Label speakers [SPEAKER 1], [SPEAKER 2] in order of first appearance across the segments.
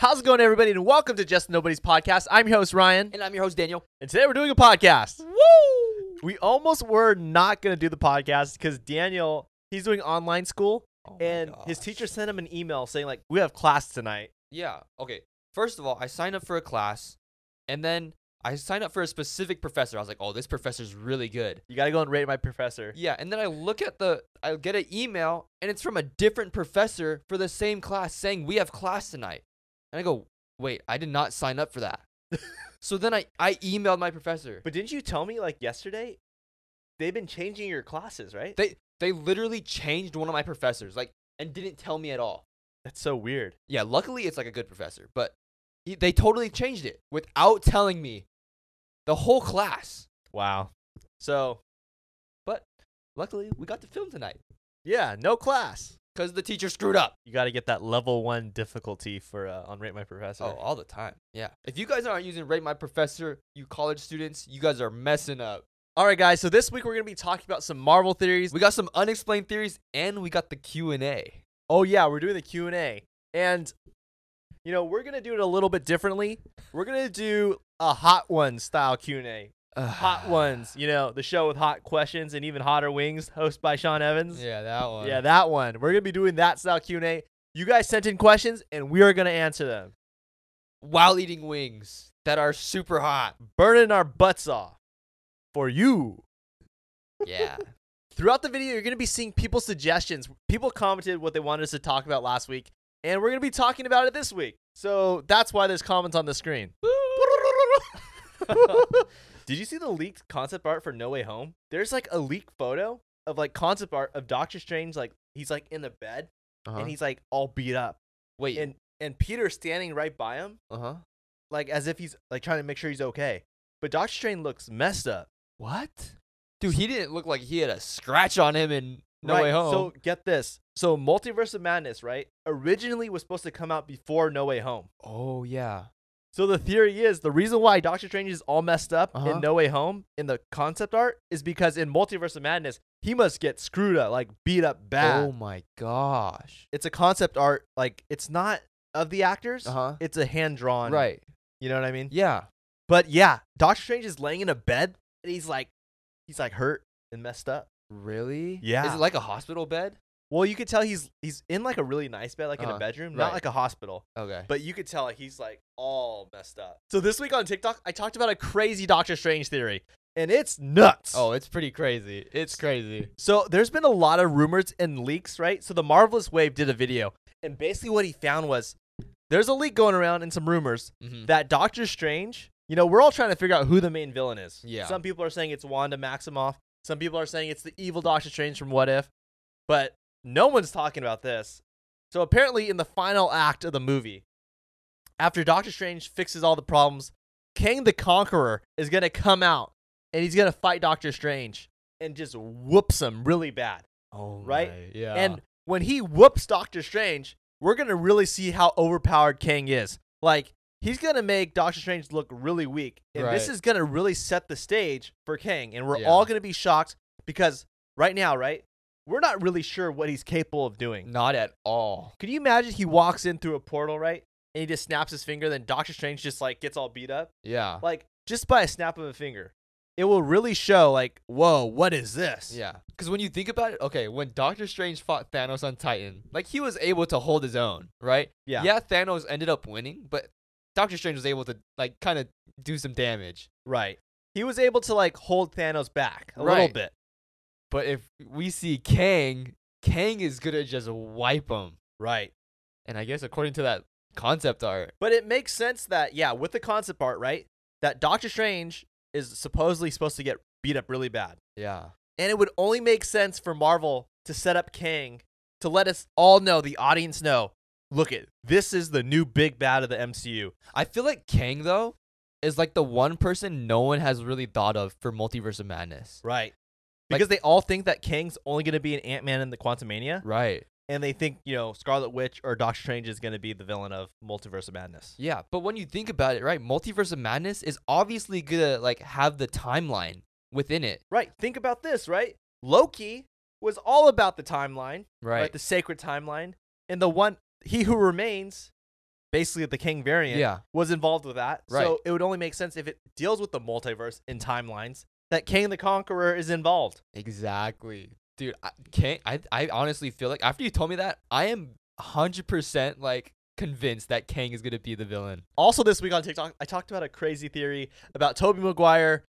[SPEAKER 1] How's it going, everybody? And welcome to Just Nobody's Podcast. I'm your host, Ryan.
[SPEAKER 2] And I'm your host, Daniel. Oh
[SPEAKER 1] And today we're doing a podcast.
[SPEAKER 2] Woo!
[SPEAKER 1] We almost were not going to do the podcast because Daniel, he's doing online school.
[SPEAKER 2] Oh
[SPEAKER 1] and his teacher sent him an email saying, like, we have class tonight.
[SPEAKER 2] Yeah. Okay. First of all, I signed up for a class, and then I signed up for a specific professor. I was like, oh, this professor's really good.
[SPEAKER 1] You got to go and rate my professor.
[SPEAKER 2] Yeah. And then I look at the, I get an email, and it's from a different professor for the same class saying we have class tonight. And I go, wait, I did not sign up for that. so then I, I emailed my professor.
[SPEAKER 1] But didn't you tell me, like, yesterday? They've been changing your classes, right?
[SPEAKER 2] They they literally changed one of my professors, like, and didn't tell me at all.
[SPEAKER 1] That's so weird.
[SPEAKER 2] Yeah, luckily it's like a good professor, but he, they totally changed it without telling me the whole class.
[SPEAKER 1] Wow. So,
[SPEAKER 2] Luckily, we got to film tonight
[SPEAKER 1] yeah, no class.
[SPEAKER 2] because the teacher screwed up.
[SPEAKER 1] You got to get that level one difficulty for uh, on Rate My Professor.
[SPEAKER 2] Oh, all the time. Yeah. If you guys aren't using Rate My Professor, you college students, you guys are messing up.
[SPEAKER 1] All right, guys. So this week we're going to be talking about some Marvel theories.
[SPEAKER 2] We got some unexplained theories and we got the Q&A.
[SPEAKER 1] Oh yeah, we're doing the Q and A, and you know we're gonna do it a little bit differently. We're gonna do a hot one style Q and A.
[SPEAKER 2] Ah.
[SPEAKER 1] Hot ones, you know, the show with hot questions and even hotter wings, hosted by Sean Evans.
[SPEAKER 2] Yeah, that one.
[SPEAKER 1] Yeah, that one. We're gonna be doing that style Q and A. You guys sent in questions, and we are gonna answer them,
[SPEAKER 2] While eating wings that are super hot.
[SPEAKER 1] burning our butts off for you.
[SPEAKER 2] Yeah.
[SPEAKER 1] Throughout the video, you're going to be seeing people's suggestions. People commented what they wanted us to talk about last week, and we're going to be talking about it this week. So that's why there's comments on the screen. Did you see the leaked concept art for No Way Home? There's like a leaked photo of like concept art of Doctor Strange, like he's like in the bed
[SPEAKER 2] Uh-huh.
[SPEAKER 1] and he's like all beat up,
[SPEAKER 2] Wait.
[SPEAKER 1] and and Peter's standing right by him,
[SPEAKER 2] uh-huh.
[SPEAKER 1] like as if he's like trying to make sure he's okay. But Doctor Strange looks messed up.
[SPEAKER 2] What? Dude, he didn't look like he had a scratch on him in No
[SPEAKER 1] Right,
[SPEAKER 2] Way Home.
[SPEAKER 1] So get this. So Multiverse of Madness, right? Originally was supposed to come out before No Way Home.
[SPEAKER 2] oh yeah.
[SPEAKER 1] So the theory is the reason why Doctor Strange is all messed up
[SPEAKER 2] Uh-huh.
[SPEAKER 1] in No Way Home in the concept art is because in Multiverse of Madness he must get screwed up, like beat up bad.
[SPEAKER 2] Oh my gosh.
[SPEAKER 1] It's a concept art, like it's not of the actors.
[SPEAKER 2] huh.
[SPEAKER 1] It's a hand drawn.
[SPEAKER 2] Uh-huh. Right.
[SPEAKER 1] You know what I mean?
[SPEAKER 2] Yeah.
[SPEAKER 1] But yeah, Doctor Strange is laying in a bed and he's like, he's like hurt and messed up.
[SPEAKER 2] Really? Is
[SPEAKER 1] Yeah.
[SPEAKER 2] it like a hospital bed?
[SPEAKER 1] Well, you could tell he's he's in like a really nice bed, like in
[SPEAKER 2] Uh-huh.
[SPEAKER 1] a bedroom,
[SPEAKER 2] Right.
[SPEAKER 1] not like a hospital.
[SPEAKER 2] Okay.
[SPEAKER 1] but you could tell like, he's like all messed up. So this week on TikTok, I talked about a crazy Doctor Strange theory, and it's nuts.
[SPEAKER 2] Oh, it's pretty crazy. It's crazy.
[SPEAKER 1] so there's been a lot of rumors and leaks, right? So the Marvelous Wave did a video, and basically what he found was there's a leak going around and some rumors
[SPEAKER 2] Mm-hmm.
[SPEAKER 1] that Doctor Strange. You know, we're all trying to figure out who the main villain is.
[SPEAKER 2] Yeah.
[SPEAKER 1] Some people are saying it's Wanda Maximoff. Some people are saying it's the evil Doctor Strange from What If, but no one's talking about this. So apparently, in the final act of the movie, after Doctor Strange fixes all the problems, Kang the Conqueror is gonna come out and he's gonna fight Doctor Strange and just whoops him really bad.
[SPEAKER 2] Oh
[SPEAKER 1] Right?
[SPEAKER 2] my- Yeah.
[SPEAKER 1] And when he whoops Doctor Strange, we're going to really see how overpowered Kang is. Like, he's going to make Doctor Strange look really weak. And this
[SPEAKER 2] Right.
[SPEAKER 1] is going to really set the stage for Kang. And we're
[SPEAKER 2] Yeah.
[SPEAKER 1] all going to be shocked because right now, right? We're not really sure what he's capable of doing.
[SPEAKER 2] not at all.
[SPEAKER 1] Could you imagine he walks in through a portal, right? And he just snaps his finger, then Doctor Strange just like gets all beat up.
[SPEAKER 2] Yeah.
[SPEAKER 1] Like, just by a snap of a finger, it will really show, like, whoa, what is this?
[SPEAKER 2] Yeah. Because when you think about it, okay, when Doctor Strange fought Thanos on Titan, like he was able to hold his own, right?
[SPEAKER 1] Yeah.
[SPEAKER 2] Yeah, Thanos ended up winning, but Doctor Strange was able to like kind of do some damage.
[SPEAKER 1] Right. He was able to like hold Thanos back a little
[SPEAKER 2] Right.
[SPEAKER 1] bit.
[SPEAKER 2] But if we see Kang, Kang is gonna just wipe him.
[SPEAKER 1] Right.
[SPEAKER 2] And I guess according to that concept art,
[SPEAKER 1] But it makes sense that yeah, with the concept art, right? That Doctor Strange is supposedly supposed to get beat up really bad.
[SPEAKER 2] yeah,
[SPEAKER 1] And it would only make sense for Marvel to set up Kang to let us all know, the audience know, look it, this is the new big bad of the MCU.
[SPEAKER 2] I feel like Kang though is like the one person no one has really thought of for Multiverse of Madness.
[SPEAKER 1] Right.
[SPEAKER 2] Like-
[SPEAKER 1] Because they all think that Kang's only gonna be an Ant Man in the Quantumania,
[SPEAKER 2] Right.
[SPEAKER 1] and they think, you know, Scarlet Witch or Doctor Strange is gonna be the villain of Multiverse of Madness.
[SPEAKER 2] Yeah, but when you think about it, right, Multiverse of Madness is obviously gonna like have the timeline within it.
[SPEAKER 1] Right. Think about this, right? Loki was all about the timeline, right?
[SPEAKER 2] Right.
[SPEAKER 1] the sacred timeline. And the one, he who remains basically the King variant,
[SPEAKER 2] Yeah.
[SPEAKER 1] was involved with that.
[SPEAKER 2] Right.
[SPEAKER 1] So it would only make sense if it deals with the multiverse and timelines that King the Conqueror is involved.
[SPEAKER 2] Exactly. Dude, I can't I I honestly feel like after you told me that, I am 100% like convinced that Kang is going to be the villain.
[SPEAKER 1] Also, this week on TikTok, I talked about a crazy theory about Tobey Maguire,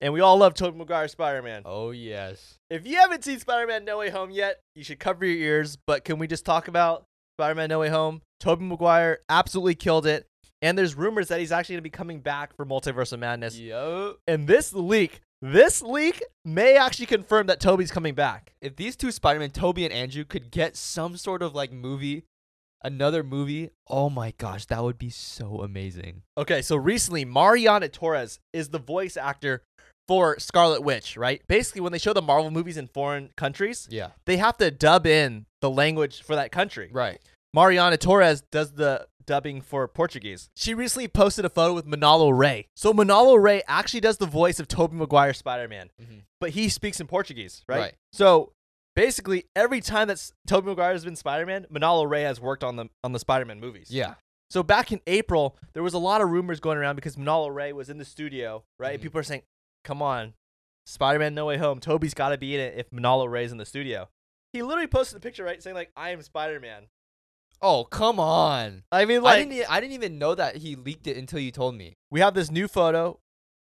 [SPEAKER 1] and we all love Tobey Maguire Spider Man.
[SPEAKER 2] Oh yes.
[SPEAKER 1] If you haven't seen Spider Man No Way Home yet, you should cover your ears. But can we just talk about Spider Man No Way Home? Tobey Maguire absolutely killed it. And there's rumors that he's actually going to be coming back for Multiverse of Madness.
[SPEAKER 2] Yo.
[SPEAKER 1] And this leak, this leak may actually confirm that Toby's coming back.
[SPEAKER 2] If these two Spider-Man, Toby and Andrew could get some sort of like movie, another movie, oh my gosh, that would be so amazing.
[SPEAKER 1] Okay, so recently, Mariana Torres is the voice actor for Scarlet Witch, right? Basically, when they show the Marvel movies in foreign countries,
[SPEAKER 2] Yeah.
[SPEAKER 1] they have to dub in the language for that country.
[SPEAKER 2] Right.
[SPEAKER 1] Mariana Torres does the dubbing for Portuguese. She recently posted a photo with Manalo Ray. So Manalo Ray actually does the voice of Tobey Maguire Spider-Man,
[SPEAKER 2] Mhm.
[SPEAKER 1] but he speaks in Portuguese, Mm-hmm. right?
[SPEAKER 2] Right.
[SPEAKER 1] So basically, every time that S- Tobey Maguire has been Spider-Man, Manalo Ray has worked on the on the Spider-Man movies.
[SPEAKER 2] Yeah.
[SPEAKER 1] So back in April, there was a lot of rumors going around because Manalo Ray was in the studio, right?
[SPEAKER 2] Mhm.
[SPEAKER 1] People are saying, "Come on, Spider-Man: No Way Home. Toby's got to be in it if Manalo Ray's in the studio." He literally posted a picture, right, saying like, "I am Spider-Man."
[SPEAKER 2] Oh, come on.
[SPEAKER 1] I mean, like,
[SPEAKER 2] I didn't e- I didn't even know that he leaked it until you told me.
[SPEAKER 1] we have this new photo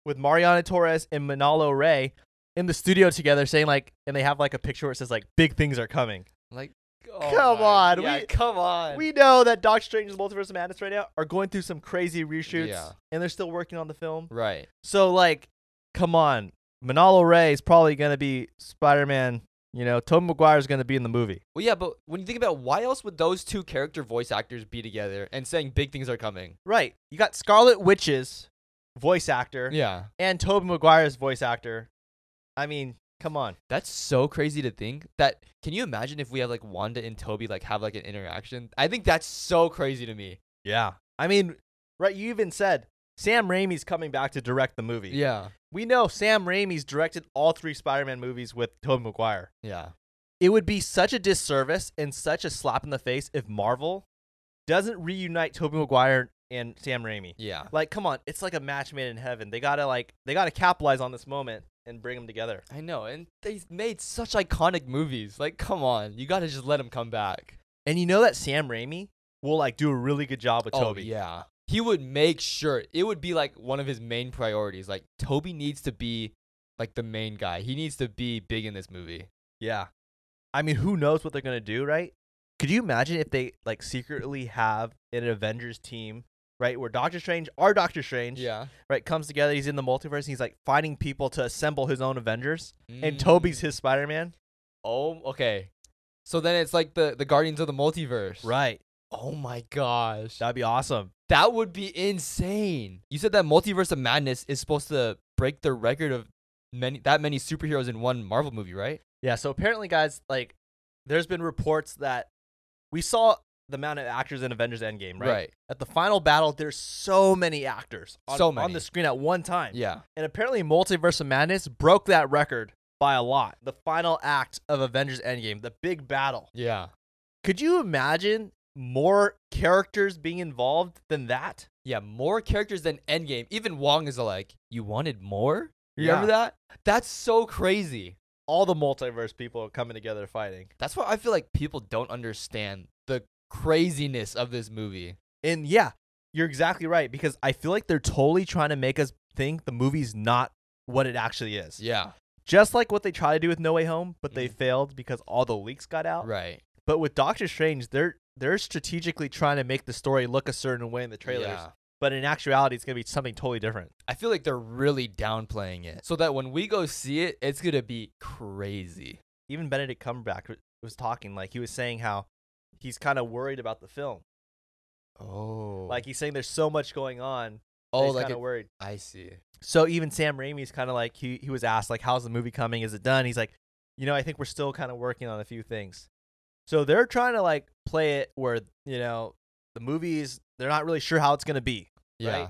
[SPEAKER 1] with Mariana Torres and Manalo Ray in the studio together saying like and they have like a picture where it says like big things are coming.
[SPEAKER 2] Like
[SPEAKER 1] Come on,
[SPEAKER 2] Oh Yeah,
[SPEAKER 1] we-
[SPEAKER 2] come on.
[SPEAKER 1] We know that Doctor Strange's Multiverse of Madness right now are going through some crazy reshoots
[SPEAKER 2] Yeah.
[SPEAKER 1] and they're still working on the film.
[SPEAKER 2] right.
[SPEAKER 1] So like come on, Manalo Ray is probably going to be Spider-Man, you know, Tobey Maguire is going to be in the movie.
[SPEAKER 2] Well, yeah, but when you think about it, why else would those two character voice actors be together and saying big things are coming?
[SPEAKER 1] Right. You got Scarlet Witch's voice actor
[SPEAKER 2] Yeah,
[SPEAKER 1] and Tobey Maguire's voice actor. I mean, come on.
[SPEAKER 2] that's so crazy to think. That can you imagine if we have like Wanda and Toby like have like an interaction? I think that's so crazy to me.
[SPEAKER 1] Yeah. I mean, right, you even said Sam Raimi's coming back to direct the movie.
[SPEAKER 2] Yeah,
[SPEAKER 1] We know Sam Raimi's directed all three Spider Man movies with Tobey Maguire.
[SPEAKER 2] yeah,
[SPEAKER 1] It would be such a disservice and such a slap in the face if Marvel doesn't reunite Tobey Maguire and Sam Raimi.
[SPEAKER 2] yeah.
[SPEAKER 1] Like, come on, it's like a match made in heaven. They gotta like they gotta capitalize on this moment and bring them together.
[SPEAKER 2] I know, and they made such iconic movies. Like, come on, you gotta just let him come back.
[SPEAKER 1] And you know that Sam Raimi will like do a really good job with Toby.
[SPEAKER 2] Oh yeah, he would make sure it would be like one of his main priorities. Like, Toby needs to be like the main guy. He needs to be big in this movie.
[SPEAKER 1] Yeah. I mean, who knows what they're going to do, right? Could you imagine if they like secretly have an Avengers team, right? Where Doctor Strange, our Doctor Strange,
[SPEAKER 2] Yeah,
[SPEAKER 1] right, comes together. He's in the multiverse. And he's like finding people to assemble his own Avengers. And
[SPEAKER 2] Mm.
[SPEAKER 1] Toby's his Spider Man.
[SPEAKER 2] Oh, okay. So then it's like the the Guardians of the Multiverse.
[SPEAKER 1] Right.
[SPEAKER 2] Oh my gosh. That,
[SPEAKER 1] That'd be awesome.
[SPEAKER 2] that would be insane. You said that Multiverse of Madness is supposed to break the record of many that many superheroes in one Marvel movie, right?
[SPEAKER 1] Yeah. So apparently, guys, like, there's been reports that we saw the amount of actors in Avengers Endgame, right? At the final battle, there's so many actors on,
[SPEAKER 2] So
[SPEAKER 1] on
[SPEAKER 2] many.
[SPEAKER 1] the screen at one time.
[SPEAKER 2] Yeah.
[SPEAKER 1] And apparently, Multiverse of Madness broke that record by a lot. The final act of Avengers Endgame, the big battle.
[SPEAKER 2] Yeah.
[SPEAKER 1] Could you imagine more characters being involved than that?
[SPEAKER 2] Yeah, more characters than Endgame. Even Wong is like, "You wanted more?" You Remember
[SPEAKER 1] Yeah.
[SPEAKER 2] that? That's so crazy.
[SPEAKER 1] All the multiverse people are coming together fighting.
[SPEAKER 2] That's why I feel like people don't understand the craziness of this movie.
[SPEAKER 1] And yeah, you're exactly right because I feel like they're totally trying to make us think the movie's not what it actually is.
[SPEAKER 2] Yeah. Mm-hmm.
[SPEAKER 1] Just like what they tried to do with No Way Home, but they failed because all the leaks got out.
[SPEAKER 2] Right.
[SPEAKER 1] But with Doctor Strange, they're they're strategically trying to make the story look a certain way in the trailers.
[SPEAKER 2] Yeah.
[SPEAKER 1] but in actuality, it's gonna be something totally different.
[SPEAKER 2] I feel like they're really downplaying it so that when we go see it, it's gonna be crazy.
[SPEAKER 1] Even Benedict Cumberbatch w- was talking, like he was saying how he's kind of worried about the film.
[SPEAKER 2] Oh,
[SPEAKER 1] Like he's saying there's so much going on. that
[SPEAKER 2] oh,
[SPEAKER 1] he's
[SPEAKER 2] like
[SPEAKER 1] kind
[SPEAKER 2] it,
[SPEAKER 1] of worried.
[SPEAKER 2] I see.
[SPEAKER 1] So even Sam Raimi's kind of like he he was asked like, "How's the movie coming? Is it done?" He's like, "You know, I think we're still kind of working on a few things." So they're trying to like play it where you know the movies they're not really sure how it's gonna be,
[SPEAKER 2] Yeah,
[SPEAKER 1] Right?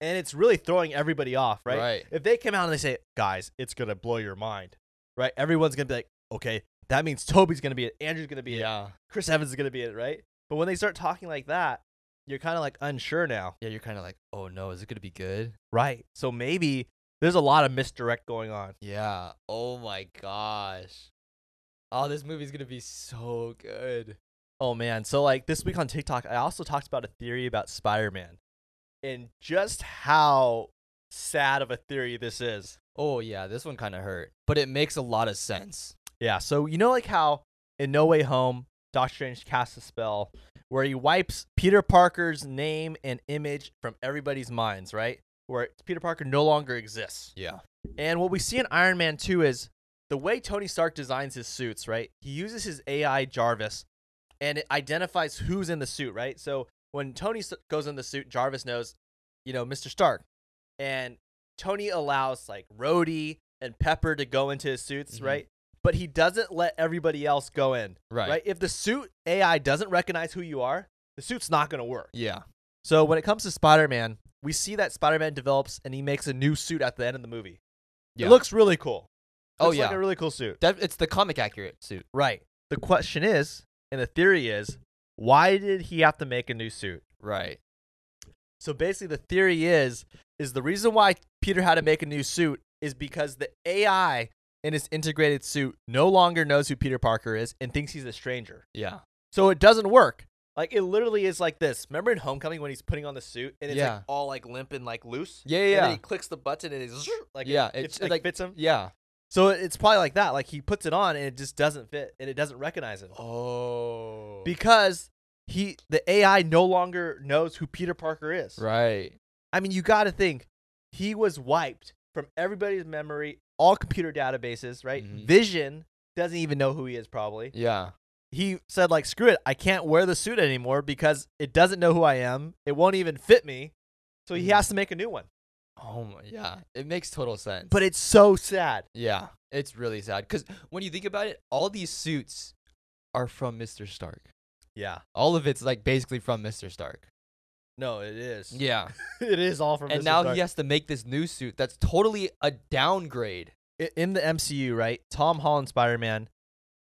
[SPEAKER 1] and it's really throwing everybody off, right?
[SPEAKER 2] Right.
[SPEAKER 1] if they come out and they say, guys, it's gonna blow your mind, right? Everyone's gonna be like, okay, that means Toby's gonna be it, Andrew's gonna be it,
[SPEAKER 2] yeah,
[SPEAKER 1] Chris Evans is gonna be it, right? But when they start talking like that, you're kind of like unsure now.
[SPEAKER 2] Yeah, you're kind of like, oh no, is it gonna be good?
[SPEAKER 1] Right. So maybe there's a lot of misdirect going on.
[SPEAKER 2] Yeah. Oh my gosh. Oh, this movie's gonna be so good.
[SPEAKER 1] Oh man. So like this week on TikTok, I also talked about a theory about Spider-Man and just how sad of a theory this is.
[SPEAKER 2] Oh yeah, this one kind of hurt, but it makes a lot of sense.
[SPEAKER 1] Yeah. So you know like how in No Way Home, Doctor Strange casts a spell where he wipes Peter Parker's name and image from everybody's minds, right? Where Peter Parker no longer exists.
[SPEAKER 2] Yeah.
[SPEAKER 1] And what we see in Iron Man 2 is the way Tony Stark designs his suits, right? He uses his AI Jarvis and it identifies who's in the suit, right? So when Tony s- goes in the suit, Jarvis knows, you know, Mr. Stark. And Tony allows like Rhodey and Pepper to go into his suits,
[SPEAKER 2] Mhm.
[SPEAKER 1] right? But he doesn't let everybody else go in,
[SPEAKER 2] Right.
[SPEAKER 1] right? If the suit AI doesn't recognize who you are, the suit's not going to work.
[SPEAKER 2] Yeah.
[SPEAKER 1] So when it comes to Spider-Man, we see that Spider-Man develops and he makes a new suit at the end of the movie.
[SPEAKER 2] Yeah.
[SPEAKER 1] It looks really cool.
[SPEAKER 2] Oh,
[SPEAKER 1] Looks like
[SPEAKER 2] yeah.
[SPEAKER 1] a really cool suit.
[SPEAKER 2] That it's the comic accurate suit.
[SPEAKER 1] Right. The question is, and the theory is, why did he have to make a new suit?
[SPEAKER 2] Right.
[SPEAKER 1] So basically the theory is is the reason why Peter had to make a new suit is because the AI in his integrated suit no longer knows who Peter Parker is and thinks he's a stranger.
[SPEAKER 2] Yeah.
[SPEAKER 1] So it doesn't work. Like it literally is like this. Remember in Homecoming when he's putting on the suit and it's
[SPEAKER 2] Yeah.
[SPEAKER 1] like all like limp and like loose.
[SPEAKER 2] Yeah,
[SPEAKER 1] And
[SPEAKER 2] yeah,
[SPEAKER 1] then he clicks the button and it's like
[SPEAKER 2] Yeah,
[SPEAKER 1] it,
[SPEAKER 2] it's
[SPEAKER 1] it, like,
[SPEAKER 2] like-
[SPEAKER 1] fits him.
[SPEAKER 2] Yeah.
[SPEAKER 1] So it's probably like that. Like he puts it on and it just doesn't fit and it doesn't recognize him
[SPEAKER 2] Oh.
[SPEAKER 1] because he the AI no longer knows who Peter Parker is.
[SPEAKER 2] right.
[SPEAKER 1] I mean, you got to think he was wiped from everybody's memory, all computer databases, right?
[SPEAKER 2] Mhm.
[SPEAKER 1] Vision doesn't even know who he is probably.
[SPEAKER 2] Yeah.
[SPEAKER 1] he said like screw it i can't wear the suit anymore because it doesn't know who i am it won't even fit me so he
[SPEAKER 2] Mhm.
[SPEAKER 1] has to make a new one
[SPEAKER 2] Oh my. Yeah. It makes total sense.
[SPEAKER 1] but it's so sad
[SPEAKER 2] yeah, it's really sad because when you think about it, all these suits are from Mr. Stark.
[SPEAKER 1] yeah
[SPEAKER 2] All of it's like basically from Mr. Stark.
[SPEAKER 1] no it is
[SPEAKER 2] Yeah.
[SPEAKER 1] it is all from
[SPEAKER 2] and
[SPEAKER 1] Mr.
[SPEAKER 2] now
[SPEAKER 1] Stark.
[SPEAKER 2] he has to make this new suit that's totally a downgrade.
[SPEAKER 1] i- in the MCU, right? Tom Holland Spider-Man,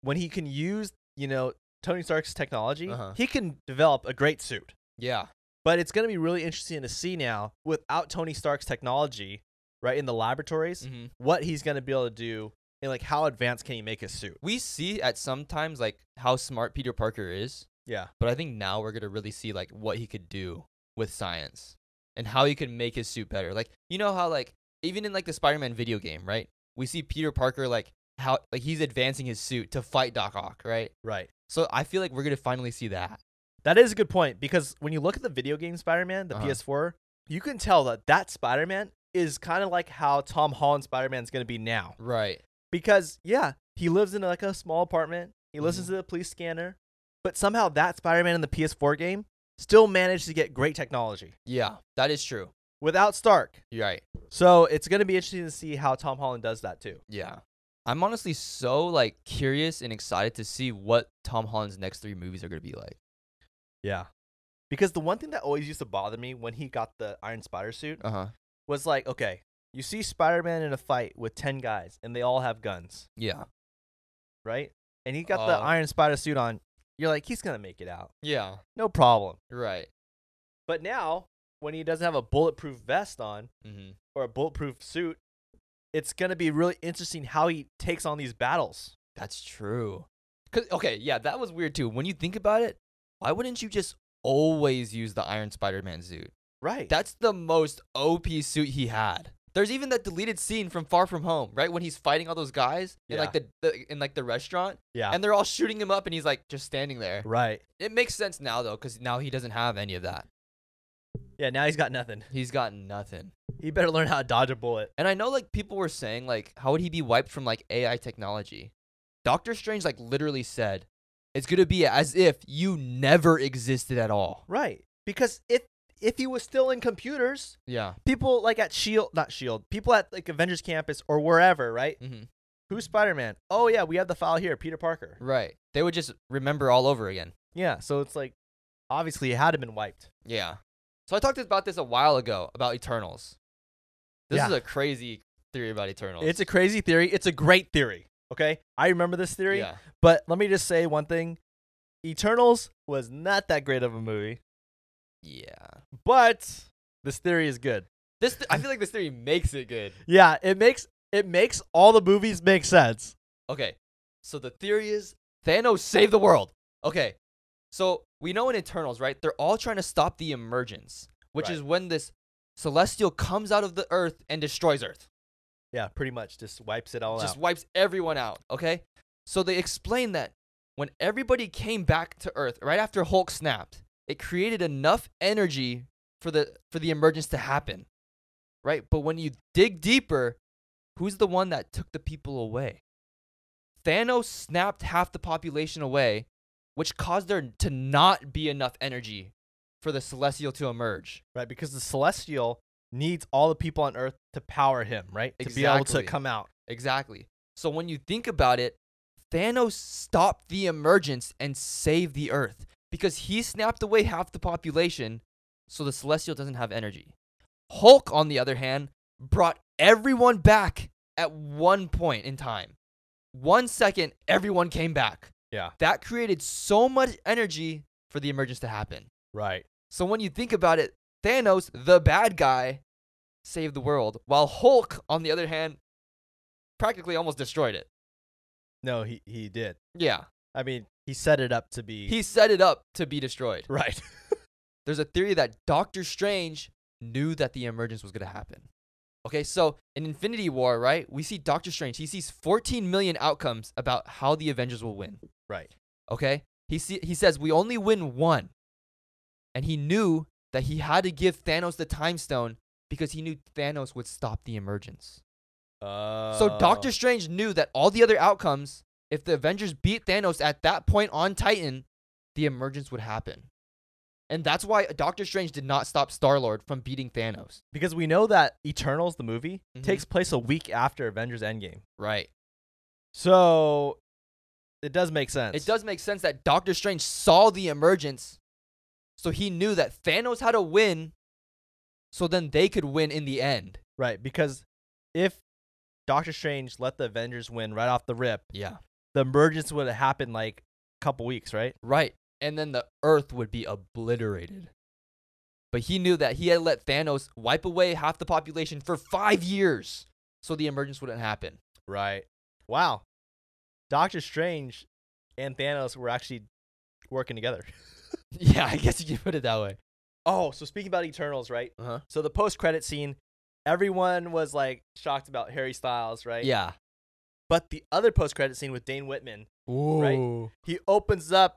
[SPEAKER 1] when he can use, you know, Tony Stark's technology,
[SPEAKER 2] Uh-huh.
[SPEAKER 1] he can develop a great suit.
[SPEAKER 2] Yeah.
[SPEAKER 1] But it's going to be really interesting to see now without Tony Stark's technology, right, in the laboratories,
[SPEAKER 2] Mm-hmm.
[SPEAKER 1] what he's going to be able to do and like how advanced can he make his suit?
[SPEAKER 2] We see at sometimes like how smart Peter Parker is,
[SPEAKER 1] Yeah.
[SPEAKER 2] but I think now we're gonna really see like what he could do with science and how he can make his suit better. Like you know how like even in like the Spider-Man video game, right? We see Peter Parker like how like he's advancing his suit to fight Doc Ock, right?
[SPEAKER 1] Right.
[SPEAKER 2] So I feel like we're gonna finally see that.
[SPEAKER 1] That is a good point because when you look at the video game Spider-Man, the
[SPEAKER 2] Uh-huh.
[SPEAKER 1] PS4, you can tell that that Spider-Man is kind of like how Tom Holland Spider-Man's going to be now.
[SPEAKER 2] Right.
[SPEAKER 1] because yeah, he lives in like a small apartment. He listens to the police scanner, but somehow that Spider-Man in the PS4 game still managed to get great technology
[SPEAKER 2] Yeah, that is true.
[SPEAKER 1] without Stark.
[SPEAKER 2] You're right.
[SPEAKER 1] So it's going to be interesting to see how Tom Holland does that too.
[SPEAKER 2] Yeah. I'm honestly so like curious and excited to see what Tom Holland's next three movies are gonna be like.
[SPEAKER 1] Yeah. Because the one thing that always used to bother me when he got the Iron Spider suit
[SPEAKER 2] Uh huh.
[SPEAKER 1] was like, okay, you see Spider-Man in a fight with 10 guys and they all have guns,
[SPEAKER 2] Yeah.
[SPEAKER 1] right? And he got the
[SPEAKER 2] Oh.
[SPEAKER 1] Iron Spider suit on. You're like, he's going to make it out.
[SPEAKER 2] Yeah.
[SPEAKER 1] No problem.
[SPEAKER 2] Right.
[SPEAKER 1] But now, when he doesn't have a bulletproof vest on,
[SPEAKER 2] Mm-hmm.
[SPEAKER 1] or a bulletproof suit, it's going to be really interesting how he takes on these battles.
[SPEAKER 2] That's true. 'Cause- okay, yeah, that was weird too. When you think about it, why wouldn't you just always use the Iron Spider-Man suit?
[SPEAKER 1] Right.
[SPEAKER 2] That's the most OP suit he had. There's even that deleted scene from Far From Home, right? When he's fighting all those guys in like the, the in like the restaurant,
[SPEAKER 1] yeah.
[SPEAKER 2] and they're all shooting him up, and he's like just standing there.
[SPEAKER 1] right.
[SPEAKER 2] It makes sense now though, because now he doesn't have any of that.
[SPEAKER 1] Yeah, now he's got nothing.
[SPEAKER 2] He's got nothing.
[SPEAKER 1] He better learn how to dodge a bullet.
[SPEAKER 2] And I know like people were saying like how would he be wiped from like AI technology? Doctor Strange like literally said it's going to be as if you never existed at all.
[SPEAKER 1] Right. Because if if he was still in computers,
[SPEAKER 2] Yeah.
[SPEAKER 1] people like at Shield, E not Shield, people at like Avengers campus or wherever, right?
[SPEAKER 2] hmm
[SPEAKER 1] Who's Spider-Man? Oh yeah, we have the file here, Peter Parker.
[SPEAKER 2] Right. They would just remember all over again.
[SPEAKER 1] Yeah, so it's like obviously it had to been wiped.
[SPEAKER 2] Yeah. So I talked about this a while ago about Eternals. This is
[SPEAKER 1] Yeah.
[SPEAKER 2] a crazy theory about Eternals.
[SPEAKER 1] It's a crazy theory. It's a great theory. Okay? I remember this theory.
[SPEAKER 2] Yeah.
[SPEAKER 1] But let me just say one thing: Eternals was not that great of a movie.
[SPEAKER 2] Yeah.
[SPEAKER 1] But this theory is good.
[SPEAKER 2] This th- I feel like this theory makes it good.
[SPEAKER 1] Yeah, it makes it makes all the movies make sense.
[SPEAKER 2] Okay. So the theory is Thanos saved the world. Okay. So we know in Eternals, right? They're all trying to stop the emergence, which
[SPEAKER 1] Right.
[SPEAKER 2] is when this celestial comes out of the earth and destroys Earth.
[SPEAKER 1] Yeah, pretty much just wipes it all
[SPEAKER 2] just
[SPEAKER 1] out.
[SPEAKER 2] wipes everyone out, okay? So they explain that when everybody came back to Earth right after Hulk snapped, it created enough energy for the for the emergence to happen. Right? But when you dig deeper, who's the one that took the people away? Thanos snapped half the population away, which caused there to not be enough energy for the celestial to emerge.
[SPEAKER 1] Right, because the celestial needs all the people on earth to power him, right? To be able to
[SPEAKER 2] Exactly.
[SPEAKER 1] come out.
[SPEAKER 2] Exactly. So when you think about it, Thanos stopped the emergence and saved the Earth because he snapped away half the population, so the Celestial doesn't have energy. Hulk, on the other hand, brought everyone back at one point in time. One second, everyone came back.
[SPEAKER 1] Yeah.
[SPEAKER 2] That created so much energy for the emergence to happen.
[SPEAKER 1] Right.
[SPEAKER 2] So when you think about it, Thanos, the bad guy, saved the world, while Hulk, on the other hand, practically almost destroyed it.
[SPEAKER 1] No, he he did.
[SPEAKER 2] Yeah.
[SPEAKER 1] I mean, he set it up to be
[SPEAKER 2] He set it up to be destroyed.
[SPEAKER 1] right.
[SPEAKER 2] There's a theory that Doctor Strange knew that the emergence was going to happen. Okay, so in Infinity War, right, we see Doctor Strange. He sees 14 million outcomes about how the Avengers will win.
[SPEAKER 1] right.
[SPEAKER 2] Okay? He see, he says we only win one. And he knew that he had to give Thanos the time stone because he knew Thanos would stop the emergence.
[SPEAKER 1] Uh,
[SPEAKER 2] so Doctor Strange knew that all the other outcomes, if the Avengers beat Thanos at that point on Titan, the emergence would happen. And that's why Doctor Strange did not stop Star Lord from beating Thanos.
[SPEAKER 1] because we know that Eternals the movie
[SPEAKER 2] Mhm.
[SPEAKER 1] takes place a week after Avengers Endgame.
[SPEAKER 2] Right.
[SPEAKER 1] So it does make sense.
[SPEAKER 2] It does make sense that Doctor Strange saw the emergence, so he knew that Thanos had to win, so then they could win in the end.
[SPEAKER 1] Right, because if Doctor Strange let the Avengers win right off the rip,
[SPEAKER 2] Yeah.
[SPEAKER 1] the emergence would have happened like a couple weeks, right?
[SPEAKER 2] Right. And then the earth would be obliterated. But he knew that he had let Thanos wipe away half the population for five years. So the emergence wouldn't happen.
[SPEAKER 1] Right. Wow. Doctor Strange and Thanos were actually working together.
[SPEAKER 2] Yeah, I guess you could put it that way.
[SPEAKER 1] Oh, so speaking about Eternals, right?
[SPEAKER 2] Uh-huh.
[SPEAKER 1] So the post credit scene, everyone was like shocked about Harry Styles, right?
[SPEAKER 2] Yeah.
[SPEAKER 1] But the other post credit scene with Dane Whitman,
[SPEAKER 2] Ooh.
[SPEAKER 1] he opens up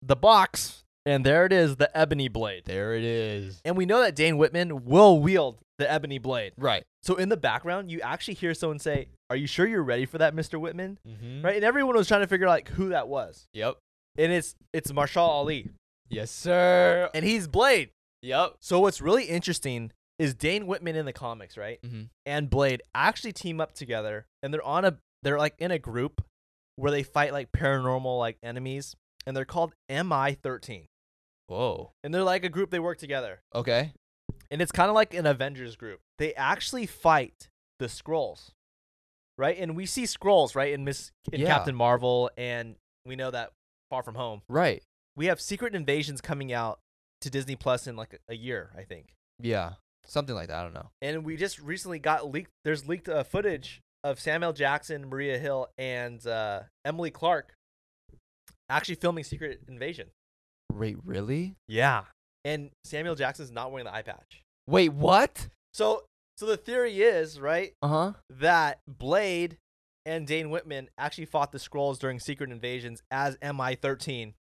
[SPEAKER 1] the box and there it is, the ebony blade.
[SPEAKER 2] There it is.
[SPEAKER 1] And we know that Dane Whitman will wield the ebony blade.
[SPEAKER 2] Right.
[SPEAKER 1] So in the background, you actually hear someone say, "Are you sure you're ready for that, Mr. Whitman?"
[SPEAKER 2] Mm-hmm.
[SPEAKER 1] Right? And everyone was trying to figure out like who that was.
[SPEAKER 2] Yep.
[SPEAKER 1] And it's it's Marshall Ali,
[SPEAKER 2] Yes, sir.
[SPEAKER 1] and he's Blade.
[SPEAKER 2] Yep.
[SPEAKER 1] So what's really interesting is Dane Whitman in the comics, right?
[SPEAKER 2] Mhm.
[SPEAKER 1] And Blade actually team up together, and they're on a they're like in a group where they fight like paranormal like enemies, and they're called MI13.
[SPEAKER 2] Whoa.
[SPEAKER 1] And they're like a group they work together.
[SPEAKER 2] Okay.
[SPEAKER 1] and it's kind of like an Avengers group. They actually fight the scrolls, right? And we see scrolls, right? In Miss in
[SPEAKER 2] Yeah.
[SPEAKER 1] Captain Marvel, and we know that Far From Home.
[SPEAKER 2] Right.
[SPEAKER 1] We have Secret Invasions coming out to Disney Plus in like a, a year, I think.
[SPEAKER 2] Yeah. Something like that. I don't know.
[SPEAKER 1] And we just recently got leaked. There's leaked uh, footage of Samuel Jackson, Maria Hill, and uh, Emily Clark actually filming Secret Invasion.
[SPEAKER 2] Wait, really?
[SPEAKER 1] Yeah. And Samuel Jackson's not wearing the eye patch.
[SPEAKER 2] Wait, what?
[SPEAKER 1] So, so the theory is right.
[SPEAKER 2] Uh huh.
[SPEAKER 1] that Blade and Dane Whitman actually fought the Skrulls during Secret Invasions as MI13.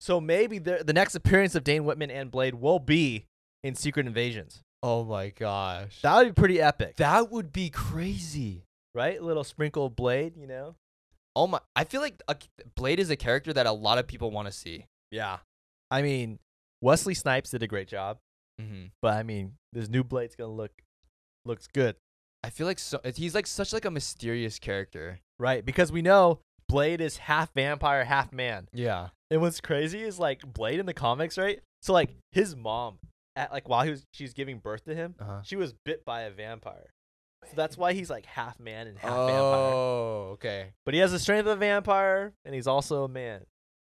[SPEAKER 1] So maybe the, the next appearance of Dane Whitman and Blade will be in Secret Invasions.
[SPEAKER 2] Oh my gosh.
[SPEAKER 1] That would be pretty epic,
[SPEAKER 2] that would be crazy.
[SPEAKER 1] right? A little sprinkle of Blade, you know?
[SPEAKER 2] Oh my! I feel like a, Blade is a character that a lot of people want to see.
[SPEAKER 1] Yeah. I mean, Wesley Snipes did a great job,
[SPEAKER 2] Mm-hmm.
[SPEAKER 1] but I mean, this new Blade's gonna look looks good,
[SPEAKER 2] I feel like so, he's like such like a mysterious character.
[SPEAKER 1] right? Because we know Blade is half vampire, half man.
[SPEAKER 2] Yeah.
[SPEAKER 1] And what's crazy is like Blade in the comics, right? So like his mom, at like while he was she's giving birth to him,
[SPEAKER 2] Uh-huh.
[SPEAKER 1] she was bit by a vampire. So that's why he's like half man and half vampire.
[SPEAKER 2] Oh, okay,
[SPEAKER 1] But he has the strength of a vampire, and he's also a man.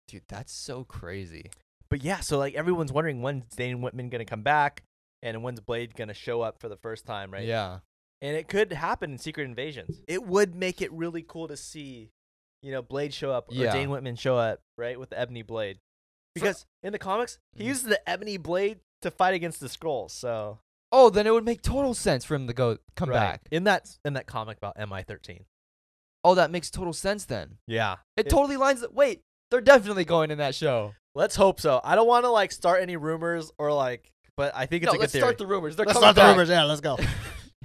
[SPEAKER 2] dude, that's so crazy.
[SPEAKER 1] But yeah, so like everyone's wondering when's Dane Whitman gonna come back and when's Blade gonna show up for the first time, right?
[SPEAKER 2] Yeah.
[SPEAKER 1] And it could happen in Secret Invasions. It would make it really cool to see, you know, Blade show up or
[SPEAKER 2] Yeah.
[SPEAKER 1] Dane Whitman show up, right, with the Ebony Blade. Because in the comics, he
[SPEAKER 2] Mhm.
[SPEAKER 1] uses the Ebony Blade to fight against the Skrulls. So
[SPEAKER 2] Oh, then it would make total sense for him to go come
[SPEAKER 1] Right.
[SPEAKER 2] back.
[SPEAKER 1] in that in that comic about MI thirteen.
[SPEAKER 2] Oh, that makes total sense then.
[SPEAKER 1] Yeah,
[SPEAKER 2] It,
[SPEAKER 1] It-
[SPEAKER 2] totally lines up. Wait, they're definitely going in that show.
[SPEAKER 1] let's hope so. I don't want to like start any rumors or like, but I think it's
[SPEAKER 2] No,
[SPEAKER 1] a good
[SPEAKER 2] let's
[SPEAKER 1] theory.
[SPEAKER 2] start the rumors. They're
[SPEAKER 1] let's start
[SPEAKER 2] coming
[SPEAKER 1] the
[SPEAKER 2] back.
[SPEAKER 1] rumors. Yeah, let's go.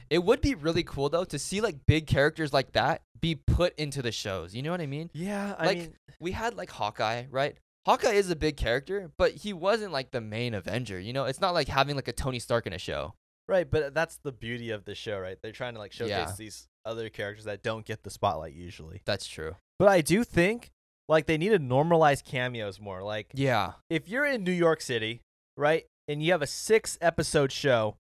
[SPEAKER 2] It would be really cool though to see like big characters like that be put into the shows. You know what I mean?
[SPEAKER 1] yeah, I
[SPEAKER 2] Like,
[SPEAKER 1] mean,
[SPEAKER 2] We had like Hawkeye, right? Hawkeye is a big character, but he wasn't like the main Avenger. You know, it's not like having like a Tony Stark in a show.
[SPEAKER 1] right, but that's the beauty of the show, right? They're trying to like showcase
[SPEAKER 2] Yeah.
[SPEAKER 1] these other characters that don't get the spotlight usually.
[SPEAKER 2] That's true.
[SPEAKER 1] But I do think like they need to normalize cameos more. Like
[SPEAKER 2] Yeah.
[SPEAKER 1] if you're in New York City, right, and you have a six episode show,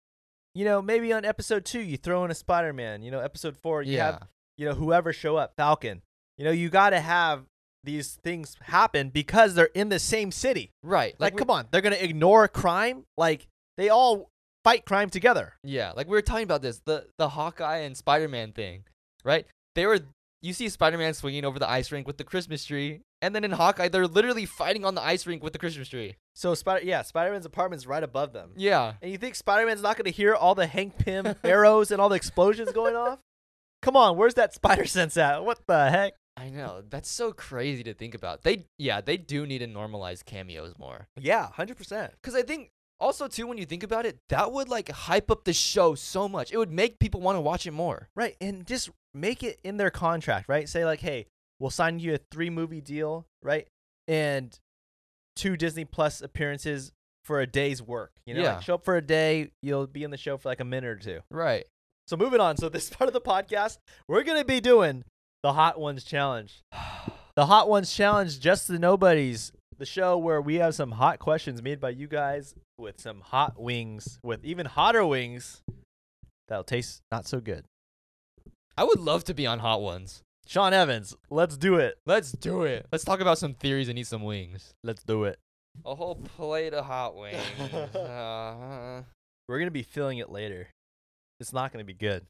[SPEAKER 1] you know, maybe on episode two you throw in a Spider Man. You know, episode four you
[SPEAKER 2] yeah.
[SPEAKER 1] have you know, whoever show up, Falcon. You know, you got to have these things happen because they're in the same city.
[SPEAKER 2] right.
[SPEAKER 1] Like,
[SPEAKER 2] we-
[SPEAKER 1] come on, they're going to ignore crime. Like, they all fight crime together.
[SPEAKER 2] Yeah, like we were talking about this the the Hawkeye and Spider Man thing, right? They were you see Spider Man swinging over the ice rink with the Christmas tree, and then in Hawkeye they're literally fighting on the ice rink with the Christmas tree.
[SPEAKER 1] So, Spider, yeah, Spider Man's apartment's right above them.
[SPEAKER 2] Yeah,
[SPEAKER 1] And you think Spider Man's not going to hear all the Hank Pym arrows and all the explosions going off? Come on, where's that spider sense at? What the heck?
[SPEAKER 2] I know that's so crazy to think about. They yeah they do need to normalize cameos more
[SPEAKER 1] Yeah, 100%.
[SPEAKER 2] because I think also too when you think about it that would like hype up the show so much it would make people want to watch it more.
[SPEAKER 1] Right, and just make it in their contract, right? Say like, hey, we'll sign you a three movie deal, right? And two Disney Plus appearances for a day's work. You know,
[SPEAKER 2] Yeah.
[SPEAKER 1] like show up for a day, you'll be in the show for like a minute or two.
[SPEAKER 2] Right.
[SPEAKER 1] So moving on. So this part of the podcast, we're gonna be doing the Hot Ones Challenge. The Hot Ones Challenge, just the nobodies. The show where we have some hot questions made by you guys with some hot wings, with even hotter wings that'll taste not so good.
[SPEAKER 2] I would love to be on Hot Ones.
[SPEAKER 1] Sean Evans, let's do it.
[SPEAKER 2] Let's do it. Let's talk about some theories and eat some wings.
[SPEAKER 1] Let's do it.
[SPEAKER 2] A whole plate of hot wings. Uh,
[SPEAKER 1] We're gonna be filling it later. It's not gonna be good.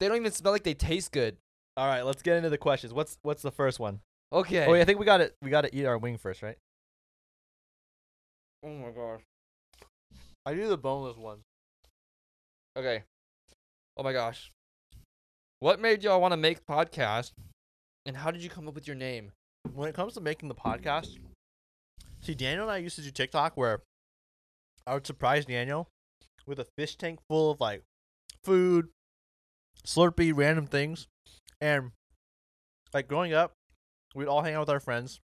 [SPEAKER 2] they don't even smell like they taste good.
[SPEAKER 1] All right, let's get into the questions. What's what's the first one?
[SPEAKER 2] Okay.
[SPEAKER 1] Oh, yeah, I think we got to we got to eat our wing first, right?
[SPEAKER 2] Oh my gosh.
[SPEAKER 1] I do the boneless one.
[SPEAKER 2] Okay. Oh my gosh. What made y'all want to make podcast? And how did you come up with your name?
[SPEAKER 1] When it comes to making the podcast, see, Daniel and I used to do TikTok where I would surprise Daniel with a fish tank full of like food, Slurpee, random things, and like growing up, we'd all hang out with our friends.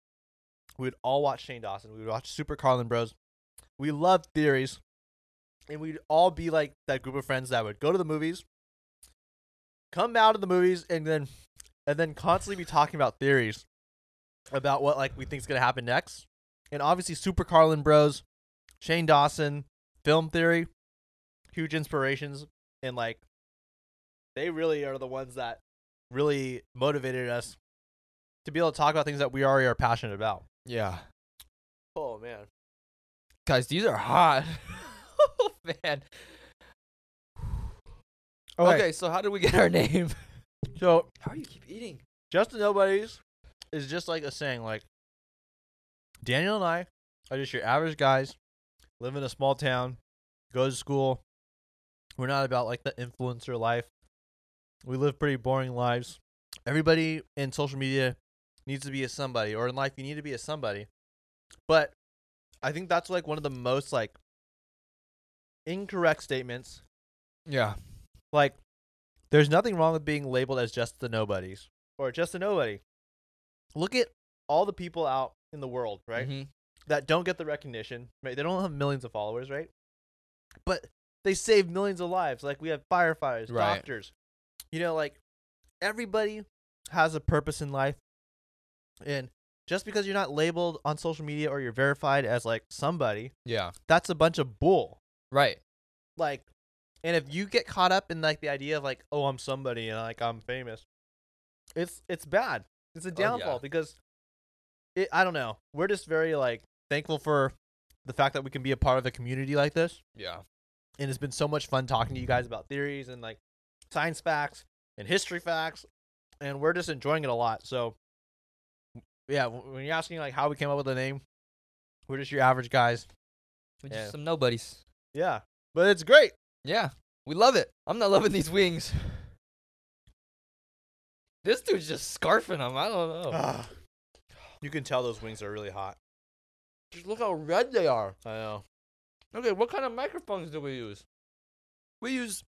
[SPEAKER 1] We'd all watch Shane Dawson. We would watch Super Carlin Bros. We loved theories, and we'd all be like that group of friends that would go to the movies, come out of the movies, and then and then constantly be talking about theories about what like we think's gonna happen next. And obviously, Super Carlin Bros, Shane Dawson, film theory, huge inspirations, and like they really are the ones that really motivated us to be able to talk about things that we already are passionate about.
[SPEAKER 2] Yeah.
[SPEAKER 1] Oh man.
[SPEAKER 2] Guys, these are hot. oh man.
[SPEAKER 1] Okay.
[SPEAKER 2] okay, so how did we get our name?
[SPEAKER 1] So
[SPEAKER 2] How do you keep eating?
[SPEAKER 1] just the nobodies is just like a saying like Daniel and I are just your average guys, live in a small town, go to school. We're not about like the influencer life. We live pretty boring lives. Everybody in social media needs to be a somebody, or in life you need to be a somebody. But I think that's like one of the most like incorrect statements
[SPEAKER 2] Yeah.
[SPEAKER 1] like there's nothing wrong with being labeled as just the nobodies or just a nobody look at all the people out in the world right
[SPEAKER 2] Mhm.
[SPEAKER 1] that don't get the recognition right they don't have millions of followers right but they save millions of lives like we have firefighters
[SPEAKER 2] Right.
[SPEAKER 1] doctors you know like everybody has a purpose in life and just because you're not labeled on social media or you're verified as like somebody
[SPEAKER 2] Yeah.
[SPEAKER 1] that's a bunch of bull
[SPEAKER 2] Right.
[SPEAKER 1] like and if you get caught up in like the idea of like oh i'm somebody and like i'm famous it's it's bad it's a downfall
[SPEAKER 2] yeah.
[SPEAKER 1] because it i don't know we're just very like thankful for the fact that we can be a part of a community like this.
[SPEAKER 2] Yeah.
[SPEAKER 1] and it's been so much fun talking to you guys about theories and like science facts and history facts and we're just enjoying it a lot so yeah w- when you're asking like how we came up with the name we're just your average guys
[SPEAKER 2] We're
[SPEAKER 1] Yeah.
[SPEAKER 2] just some nobodies.
[SPEAKER 1] yeah but it's great
[SPEAKER 2] Yeah. We love it. I'm not loving these wings. This dude's just scarfing them. I don't know.
[SPEAKER 1] Ah. you can tell those wings are really hot
[SPEAKER 2] Just look how red they are.
[SPEAKER 1] i know
[SPEAKER 2] Okay, what kind of microphones do we use? We use,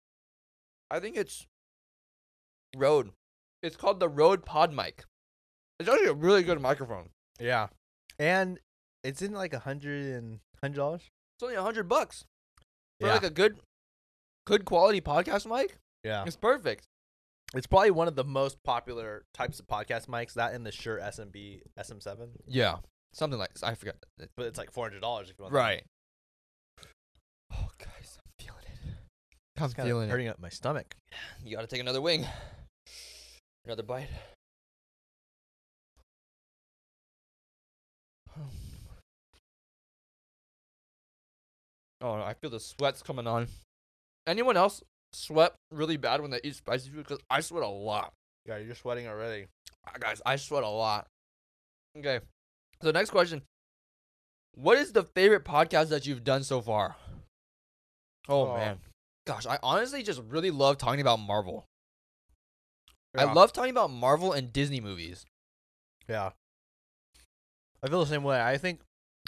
[SPEAKER 2] I think it's Rode. It's called the Rode Pod Mic. It's actually a really good microphone.
[SPEAKER 1] yeah and it's in like a hundred and hundred dollars
[SPEAKER 2] It's only a hundred bucks for
[SPEAKER 1] Yeah.
[SPEAKER 2] like a good, good quality podcast mic.
[SPEAKER 1] yeah
[SPEAKER 2] It's perfect.
[SPEAKER 1] it's probably one of the most popular types of podcast mics that and the sure smb sm7
[SPEAKER 2] Yeah, something like I forgot. that-
[SPEAKER 1] but it's like $400 if you want
[SPEAKER 2] Right. Oh, guys, I'm feeling it. I'm
[SPEAKER 1] it's kind of hurting up my stomach
[SPEAKER 2] it. You gotta take another wing. Another bite. Oh, I feel the sweats coming on. Anyone else sweat really bad when they eat spicy food? Because I sweat a lot.
[SPEAKER 1] Yeah, you're sweating already.
[SPEAKER 2] Ah, guys, I sweat a lot. Okay. So next question. What is the favorite podcast that you've done so far? Oh,
[SPEAKER 1] Oh.
[SPEAKER 2] man. Gosh, I honestly just really love talking about Marvel.
[SPEAKER 1] Yeah.
[SPEAKER 2] I love talking about Marvel and Disney movies.
[SPEAKER 1] Yeah. I feel the same way. I think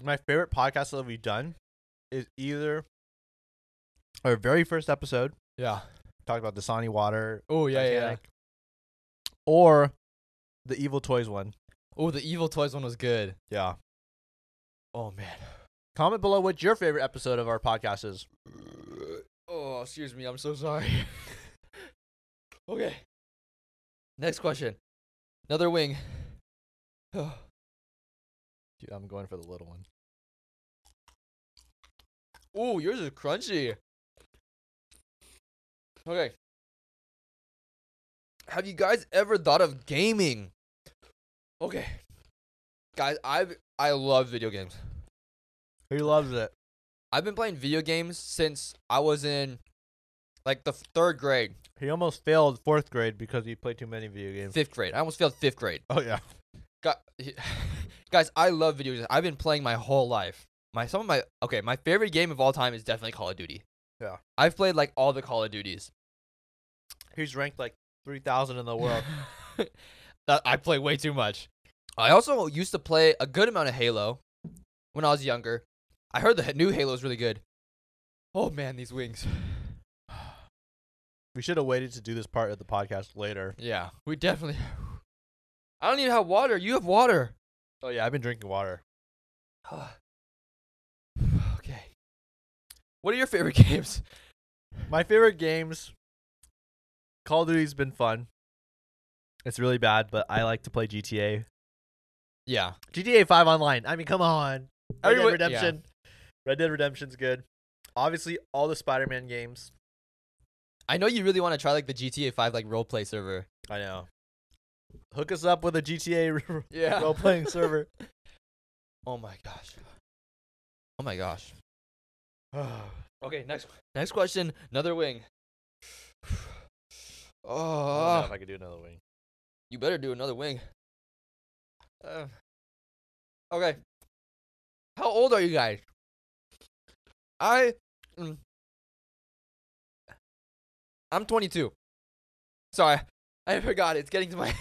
[SPEAKER 1] my favorite podcast that we've done is either our very first episode,
[SPEAKER 2] Yeah.
[SPEAKER 1] talked about the Sani Water,
[SPEAKER 2] Oh yeah,
[SPEAKER 1] Titanic, or the Evil Toys one.
[SPEAKER 2] Oh, the Evil Toys one was good.
[SPEAKER 1] Yeah.
[SPEAKER 2] Oh man.
[SPEAKER 1] Comment below what your favorite episode of our podcast is.
[SPEAKER 2] Oh, excuse me. I'm so sorry. okay. Next question. Another wing. Oh.
[SPEAKER 1] Dude, I'm going for the little one.
[SPEAKER 2] Ooh, yours is crunchy. Okay. Have you guys ever thought of gaming? Okay. Guys, I've I love video games.
[SPEAKER 1] He loves it.
[SPEAKER 2] I've been playing video games since I was in like the third grade,
[SPEAKER 1] He almost failed fourth grade because he played too many video games.
[SPEAKER 2] fifth grade. I almost failed fifth grade.
[SPEAKER 1] Oh yeah.
[SPEAKER 2] Got, guys, I love video games. I've been playing my whole life. My some of my okay, my favorite game of all time is definitely Call of Duty.
[SPEAKER 1] Yeah.
[SPEAKER 2] I've played like all the Call of Duties.
[SPEAKER 1] He's ranked like three thousand in the world.
[SPEAKER 2] That- I play way too much. I also used to play a good amount of Halo when I was younger. I heard the h- new Halo is really good. Oh man, these wings.
[SPEAKER 1] we should have waited to do this part of the podcast later.
[SPEAKER 2] Yeah, we definitely. I don't even have water. You have water.
[SPEAKER 1] Oh yeah, I've been drinking water.
[SPEAKER 2] okay. What are your favorite games?
[SPEAKER 1] My favorite games. Call of Duty's been fun. It's really bad, but I like to play GTA.
[SPEAKER 2] Yeah.
[SPEAKER 1] GTA Five Online. I mean, come on. Red Dead
[SPEAKER 2] Everyone-
[SPEAKER 1] Redemption. Red Dead Redemption's good. Obviously, all the Spider-Man games.
[SPEAKER 2] I know you really want to try like the GTA 5 like role play server.
[SPEAKER 1] I know. Hook us up with a GTA
[SPEAKER 2] Yeah.
[SPEAKER 1] role-playing server.
[SPEAKER 2] Oh my gosh. Oh my gosh. Okay, next next question. Another wing.
[SPEAKER 1] I don't know
[SPEAKER 2] Oh,
[SPEAKER 1] if I could do another wing.
[SPEAKER 2] you better do another wing. Uh, okay. How old are you guys? I, mm. I'm 22. Sorry, I forgot. It's getting to my.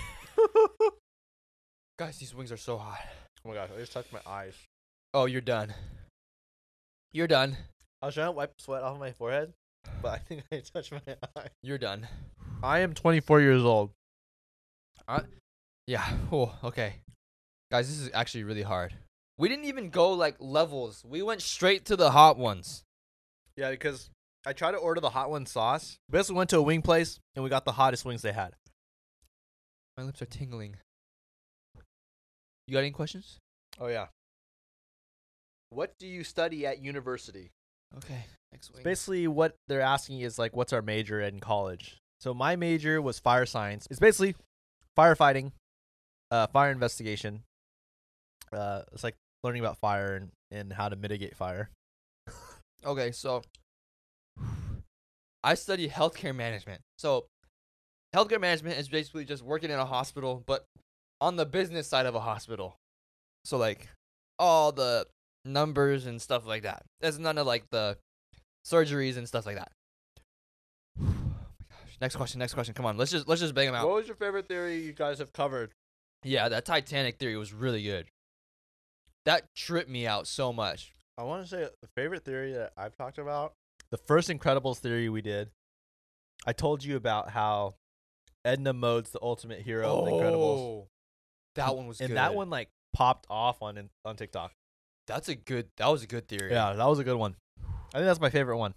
[SPEAKER 2] guys, these wings are so hot.
[SPEAKER 1] Oh my gosh, I just touched my eyes.
[SPEAKER 2] Oh, you're done. You're done.
[SPEAKER 1] I was trying to wipe sweat off my forehead, but I think I touched my eye.
[SPEAKER 2] You're done.
[SPEAKER 1] I am 24 years old.
[SPEAKER 2] Yeah. Oh, okay. Guys, this is actually really hard. We didn't even go like levels. We went straight to the hot ones.
[SPEAKER 1] Yeah, because I tried to order the hot one sauce. Basically, went to a wing place and we got the hottest wings they had.
[SPEAKER 2] My lips are tingling. You got any questions?
[SPEAKER 1] Oh yeah. What do you study at university?
[SPEAKER 2] Okay. Next wing.
[SPEAKER 1] Basically, what they're asking is like, what's our major in college? So my major was fire science. It's basically firefighting, uh, fire investigation. Uh, it's like learning about fire and, and how to mitigate fire.
[SPEAKER 2] Okay, so I study healthcare management. So healthcare management is basically just working in a hospital, but on the business side of a hospital. So like all the numbers and stuff like that. That's none of like the surgeries and stuff like that. Oh my gosh. Next question, next question. Come on, let's just let's just bang them out.
[SPEAKER 1] was your favorite theory you guys have covered?
[SPEAKER 2] Yeah, that Titanic theory was really good. That tripped me out so much.
[SPEAKER 1] I want to say the favorite theory that I've talked about. The first Incredibles theory we did, I told you about how Edna Mode's the ultimate hero of the Incredibles,
[SPEAKER 2] Oh, That one was
[SPEAKER 1] and
[SPEAKER 2] good.
[SPEAKER 1] that one like popped off on on TikTok.
[SPEAKER 2] That's a good. That was a good theory.
[SPEAKER 1] Yeah, that was a good one. I think that's my favorite one.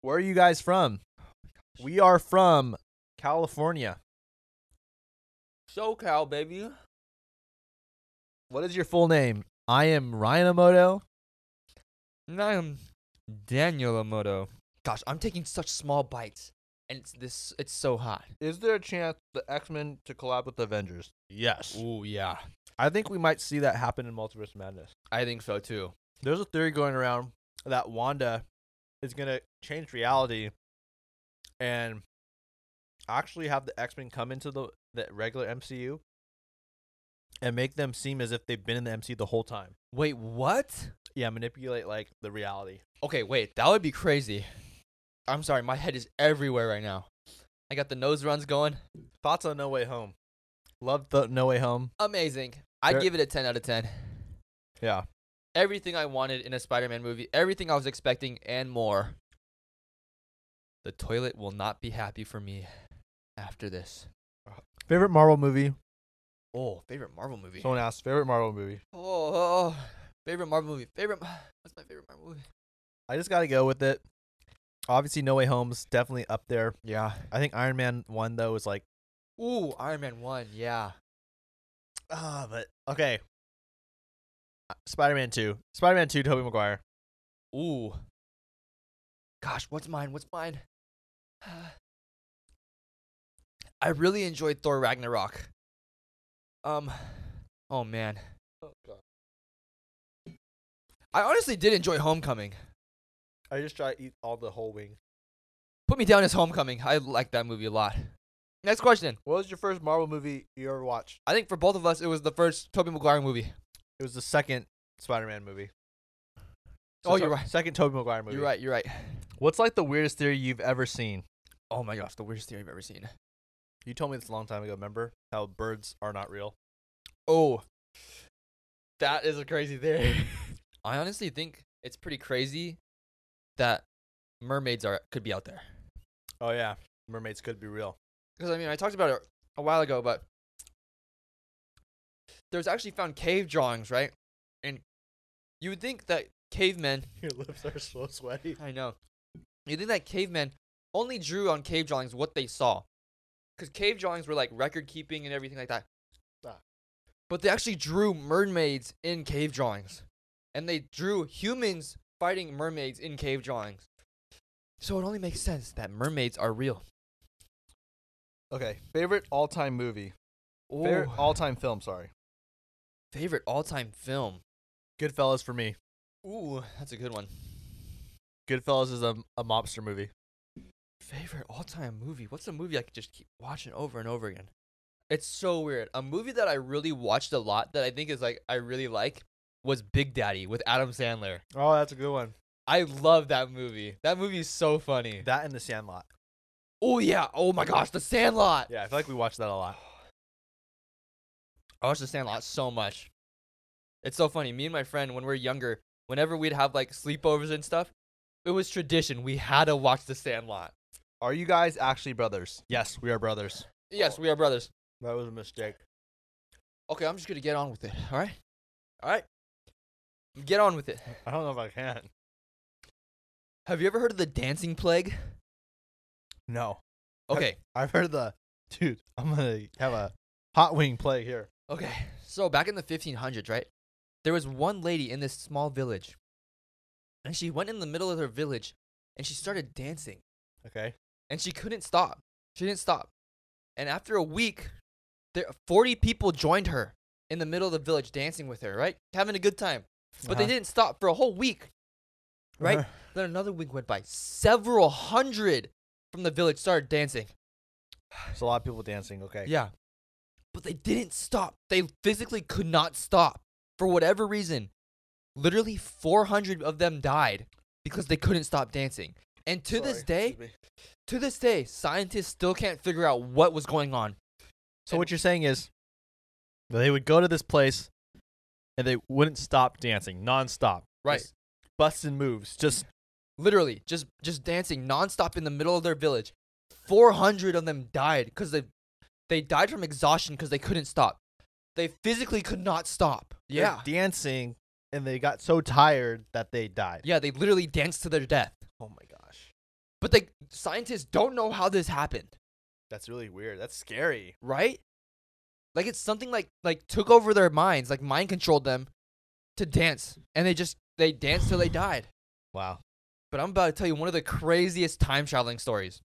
[SPEAKER 1] Where are you guys from? We are from California.
[SPEAKER 2] SoCal, baby.
[SPEAKER 1] What is your full name? I am Ryan Amoto.
[SPEAKER 2] And I am Daniel Amoto. Gosh, I'm taking such small bites, and it's this. It's so hot.
[SPEAKER 1] Is there a chance the X Men to collab with the Avengers? Yes.
[SPEAKER 2] Ooh, yeah.
[SPEAKER 1] I think we might see that happen in Multiverse Madness.
[SPEAKER 2] I think so too.
[SPEAKER 1] There's a theory going around that Wanda is going to change reality and actually have the X Men come into the, the regular MCU and make them seem as if they've been in the MCU the whole time.
[SPEAKER 2] Wait, what?
[SPEAKER 1] Yeah, manipulate like the reality.
[SPEAKER 2] Okay, wait. That would be crazy. I'm sorry, my head is everywhere right now. I got the nose runs going.
[SPEAKER 1] Thoughts on No Way Home? Love the No Way Home.
[SPEAKER 2] Amazing. I
[SPEAKER 1] There-
[SPEAKER 2] give it a 10 out of 10.
[SPEAKER 1] Yeah.
[SPEAKER 2] Everything I wanted in a Spider-Man movie, everything I was expecting, and more. The toilet will not be happy for me after this.
[SPEAKER 1] Favorite Marvel movie?
[SPEAKER 2] Oh, favorite Marvel movie.
[SPEAKER 1] Someone asked. Favorite Marvel movie?
[SPEAKER 2] Oh, oh, oh. favorite Marvel movie. Favorite. What's my favorite Marvel movie?
[SPEAKER 1] I just got to go with it. Obviously, No Way Home's definitely up there.
[SPEAKER 2] Yeah.
[SPEAKER 1] I think Iron Man 1, though, is like,
[SPEAKER 2] Ooh, Iron Man one. Yeah.
[SPEAKER 1] ah, but okay. Uh, Spider Man 2. Spider Man 2, Tobey Maguire.
[SPEAKER 2] Ooh. Gosh, what's mine? What's mine? I really enjoyed Thor Ragnarok. Um. Oh man.
[SPEAKER 1] Oh, God.
[SPEAKER 2] I honestly did enjoy Homecoming.
[SPEAKER 1] I just try to eat all the whole wing.
[SPEAKER 2] Put me down as Homecoming. I like that movie a lot. Next question.
[SPEAKER 1] What was your first Marvel movie you ever watched?
[SPEAKER 2] I think for both of us, it was the first Tobey Maguire movie.
[SPEAKER 1] It was the second Spider Man movie.
[SPEAKER 2] Oh, you're
[SPEAKER 1] To-
[SPEAKER 2] right.
[SPEAKER 1] Second Tobey Maguire movie.
[SPEAKER 2] You're right. You're right.
[SPEAKER 1] What's like the weirdest theory you've ever seen?
[SPEAKER 2] Oh my gosh, the weirdest theory I've ever seen.
[SPEAKER 1] You told me this a long time ago. Remember how birds are not real?
[SPEAKER 2] Oh, that is a crazy theory. I honestly think it's pretty crazy that mermaids are could be out there.
[SPEAKER 1] Oh yeah, mermaids could be real.
[SPEAKER 2] Because I mean, I talked about it a while ago, but there's actually found cave drawings, right? And you would think that cavemen.
[SPEAKER 1] Your lips are so sweaty.
[SPEAKER 2] I know. You think that cavemen only drew on cave drawings what they saw, because cave drawings were like record keeping and everything like that.
[SPEAKER 1] Ah.
[SPEAKER 2] But they actually drew mermaids in cave drawings, and they drew humans fighting mermaids in cave drawings. So it only makes sense that mermaids are real.
[SPEAKER 1] Okay, favorite all-time movie.
[SPEAKER 2] Ooh.
[SPEAKER 1] all-time film. Sorry,
[SPEAKER 2] favorite all-time film.
[SPEAKER 1] Goodfellas for me.
[SPEAKER 2] Ooh, that's a good one.
[SPEAKER 1] Goodfellas is a, a mobster movie.
[SPEAKER 2] Favorite all-time movie. What's a movie I could just keep watching over and over again? It's so weird. A movie that I really watched a lot that I think is like I really like was Big Daddy with Adam Sandler.
[SPEAKER 1] Oh, that's a good one.
[SPEAKER 2] I love that movie. That movie is so funny.
[SPEAKER 1] That and The Sandlot.
[SPEAKER 2] Oh yeah. Oh my gosh, The Sandlot.
[SPEAKER 1] Yeah, I feel like we watched that a lot.
[SPEAKER 2] I watch The Sandlot so much. It's so funny. Me and my friend, when we were younger, whenever we'd have like sleepovers and stuff, it was tradition. We had to watch The Sandlot.
[SPEAKER 1] Are you guys actually brothers? Yes, we are brothers.
[SPEAKER 2] Yes, we are brothers.
[SPEAKER 1] That was a mistake.
[SPEAKER 2] Okay, I'm just gonna get on with it. All right, all right, get on with it.
[SPEAKER 1] I don't know if I can.
[SPEAKER 2] Have you ever heard of the dancing plague?
[SPEAKER 1] No,
[SPEAKER 2] Okay,
[SPEAKER 1] I've heard the dude. I'm gonna have a hot wing play here.
[SPEAKER 2] okay. So back in the 1500s, right? There was one lady in this small village, and she went in the middle of her village, and she started dancing,
[SPEAKER 1] Okay.
[SPEAKER 2] and she couldn't stop. She didn't stop, and after a week, there 40 people joined her, in the middle of the village dancing with her, right? Having a good time. But they
[SPEAKER 1] Uh-huh.
[SPEAKER 2] didn't stop for a whole week, right?
[SPEAKER 1] Uh-huh.
[SPEAKER 2] Then another week went by. Several hundred from the village started dancing.
[SPEAKER 1] There's a lot of people dancing. Okay.
[SPEAKER 2] Yeah. But they didn't stop. They physically could not stop for whatever reason. Literally 400 of them died because they couldn't stop dancing. And to this day, to this day, scientists still can't figure out what was going on.
[SPEAKER 1] So what you're saying is they would go to this place and they wouldn't stop dancing nonstop.
[SPEAKER 2] Right.
[SPEAKER 1] Just busting moves. Just
[SPEAKER 2] Literally, just just dancing nonstop in the middle of their village. 400 of them died because they they died from exhaustion because they couldn't stop. They physically could not stop.
[SPEAKER 1] they're dancing and they got so tired that they died.
[SPEAKER 2] Yeah, they literally danced to their death.
[SPEAKER 1] Oh my gosh.
[SPEAKER 2] But the scientists don't know how this happened,
[SPEAKER 1] That's really weird. That's scary.
[SPEAKER 2] right? Like it's something like like took over their minds, like mind controlled them to dance, and they just they danced till they died.
[SPEAKER 1] Wow.
[SPEAKER 2] But I'm about to tell you one of the craziest time traveling stories.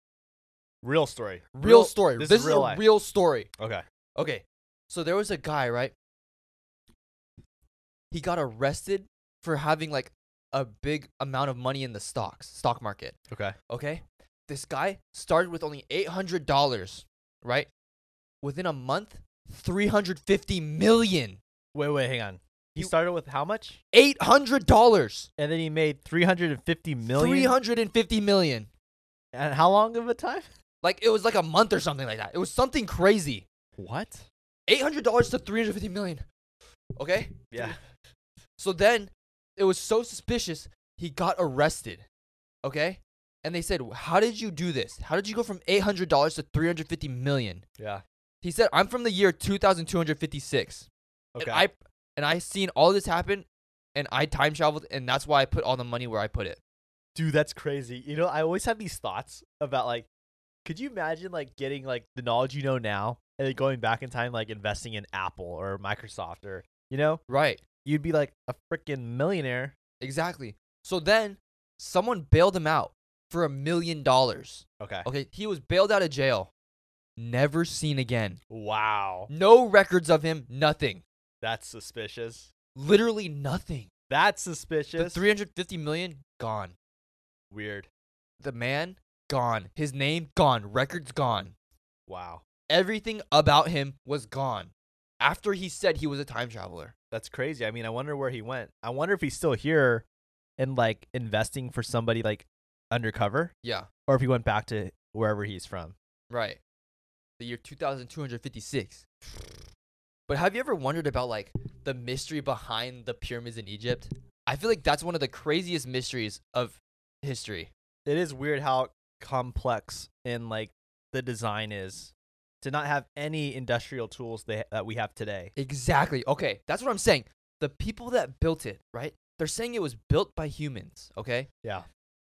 [SPEAKER 1] Real story.
[SPEAKER 2] Real, story.
[SPEAKER 1] This, is,
[SPEAKER 2] is,
[SPEAKER 1] real
[SPEAKER 2] a
[SPEAKER 1] life.
[SPEAKER 2] real story.
[SPEAKER 1] okay.
[SPEAKER 2] Okay, so there was a guy, right? He got arrested for having like a big amount of money in the stocks, stock market.
[SPEAKER 1] Okay.
[SPEAKER 2] Okay. This guy started with only $800, right? Within a month, 350 million.
[SPEAKER 1] Wait, wait, hang on. He
[SPEAKER 2] You-
[SPEAKER 1] started with how much?
[SPEAKER 2] $800.
[SPEAKER 1] And then he made 350 million.
[SPEAKER 2] 350 million.
[SPEAKER 1] And how long of a time?
[SPEAKER 2] Like it was like a month or something like that. It was something crazy.
[SPEAKER 1] What?
[SPEAKER 2] $800 to 350 million. Okay?
[SPEAKER 1] Yeah.
[SPEAKER 2] So then it was so suspicious, he got arrested. Okay? And they said, "How did you do this? How did you go from $800 to 350 million?"
[SPEAKER 1] Yeah.
[SPEAKER 2] He said, "I'm from the year 2256."
[SPEAKER 1] Okay.
[SPEAKER 2] And I and I seen all this happen, and I time traveled, and that's why I put all the money where I put it.
[SPEAKER 1] dude that's crazy you know i always have these thoughts about like could you imagine like getting like the knowledge you know now and then going back in time like investing in apple or microsoft or you know
[SPEAKER 2] Right.
[SPEAKER 1] you'd be like a freaking millionaire
[SPEAKER 2] Exactly. So then someone bailed him out for a million dollars.
[SPEAKER 1] okay
[SPEAKER 2] Okay, he was bailed out of jail. Never seen again.
[SPEAKER 1] wow
[SPEAKER 2] No records of him, nothing.
[SPEAKER 1] that's suspicious
[SPEAKER 2] Literally nothing.
[SPEAKER 1] that's
[SPEAKER 2] The
[SPEAKER 1] suspicious
[SPEAKER 2] 350 million gone.
[SPEAKER 1] weird
[SPEAKER 2] The man gone. His name gone. Records gone.
[SPEAKER 1] wow
[SPEAKER 2] Everything about him was gone after he said he was a time traveler.
[SPEAKER 1] that's crazy i mean i wonder where he went i wonder if he's still here and like investing for somebody like undercover
[SPEAKER 2] Yeah.
[SPEAKER 1] or if he went back to wherever he's from
[SPEAKER 2] Right. The year 2256. But have you ever wondered about like the mystery behind the pyramids in Egypt? I feel like that's one of the craziest mysteries of history.
[SPEAKER 1] it is weird how complex and like the design is to not have any industrial tools they, that we have today.
[SPEAKER 2] Exactly. Okay, that's what I'm saying. The people that built it, right? They're saying it was built by humans, okay?
[SPEAKER 1] Yeah.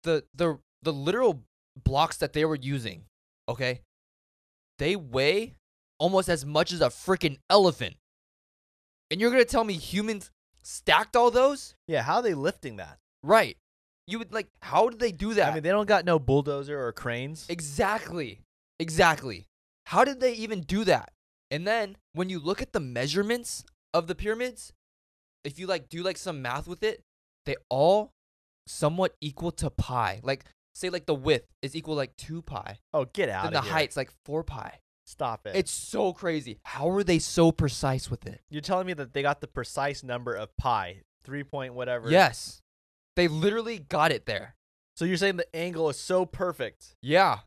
[SPEAKER 2] The the the literal blocks that they were using, okay? They weigh almost as much as a freaking elephant. And you're going to tell me humans stacked all those?
[SPEAKER 1] Yeah, how are they lifting that?
[SPEAKER 2] Right. You would like, how did they do that?
[SPEAKER 1] I mean, they don't got no bulldozer or cranes.
[SPEAKER 2] exactly. Exactly. How did they even do that? And then when you look at the measurements of the pyramids, if you like do like some math with it, they all somewhat equal to pi. Like, say like the width is equal like 2 pi,
[SPEAKER 1] oh, get out
[SPEAKER 2] then
[SPEAKER 1] of
[SPEAKER 2] the
[SPEAKER 1] here.
[SPEAKER 2] height's like 4 pi.
[SPEAKER 1] Stop it.
[SPEAKER 2] It's so crazy. How are they so precise with it?
[SPEAKER 1] You're telling me that they got the precise number of pi, three point whatever.
[SPEAKER 2] Yes. They literally got it there.
[SPEAKER 1] So you're saying the angle is so perfect.
[SPEAKER 2] Yeah.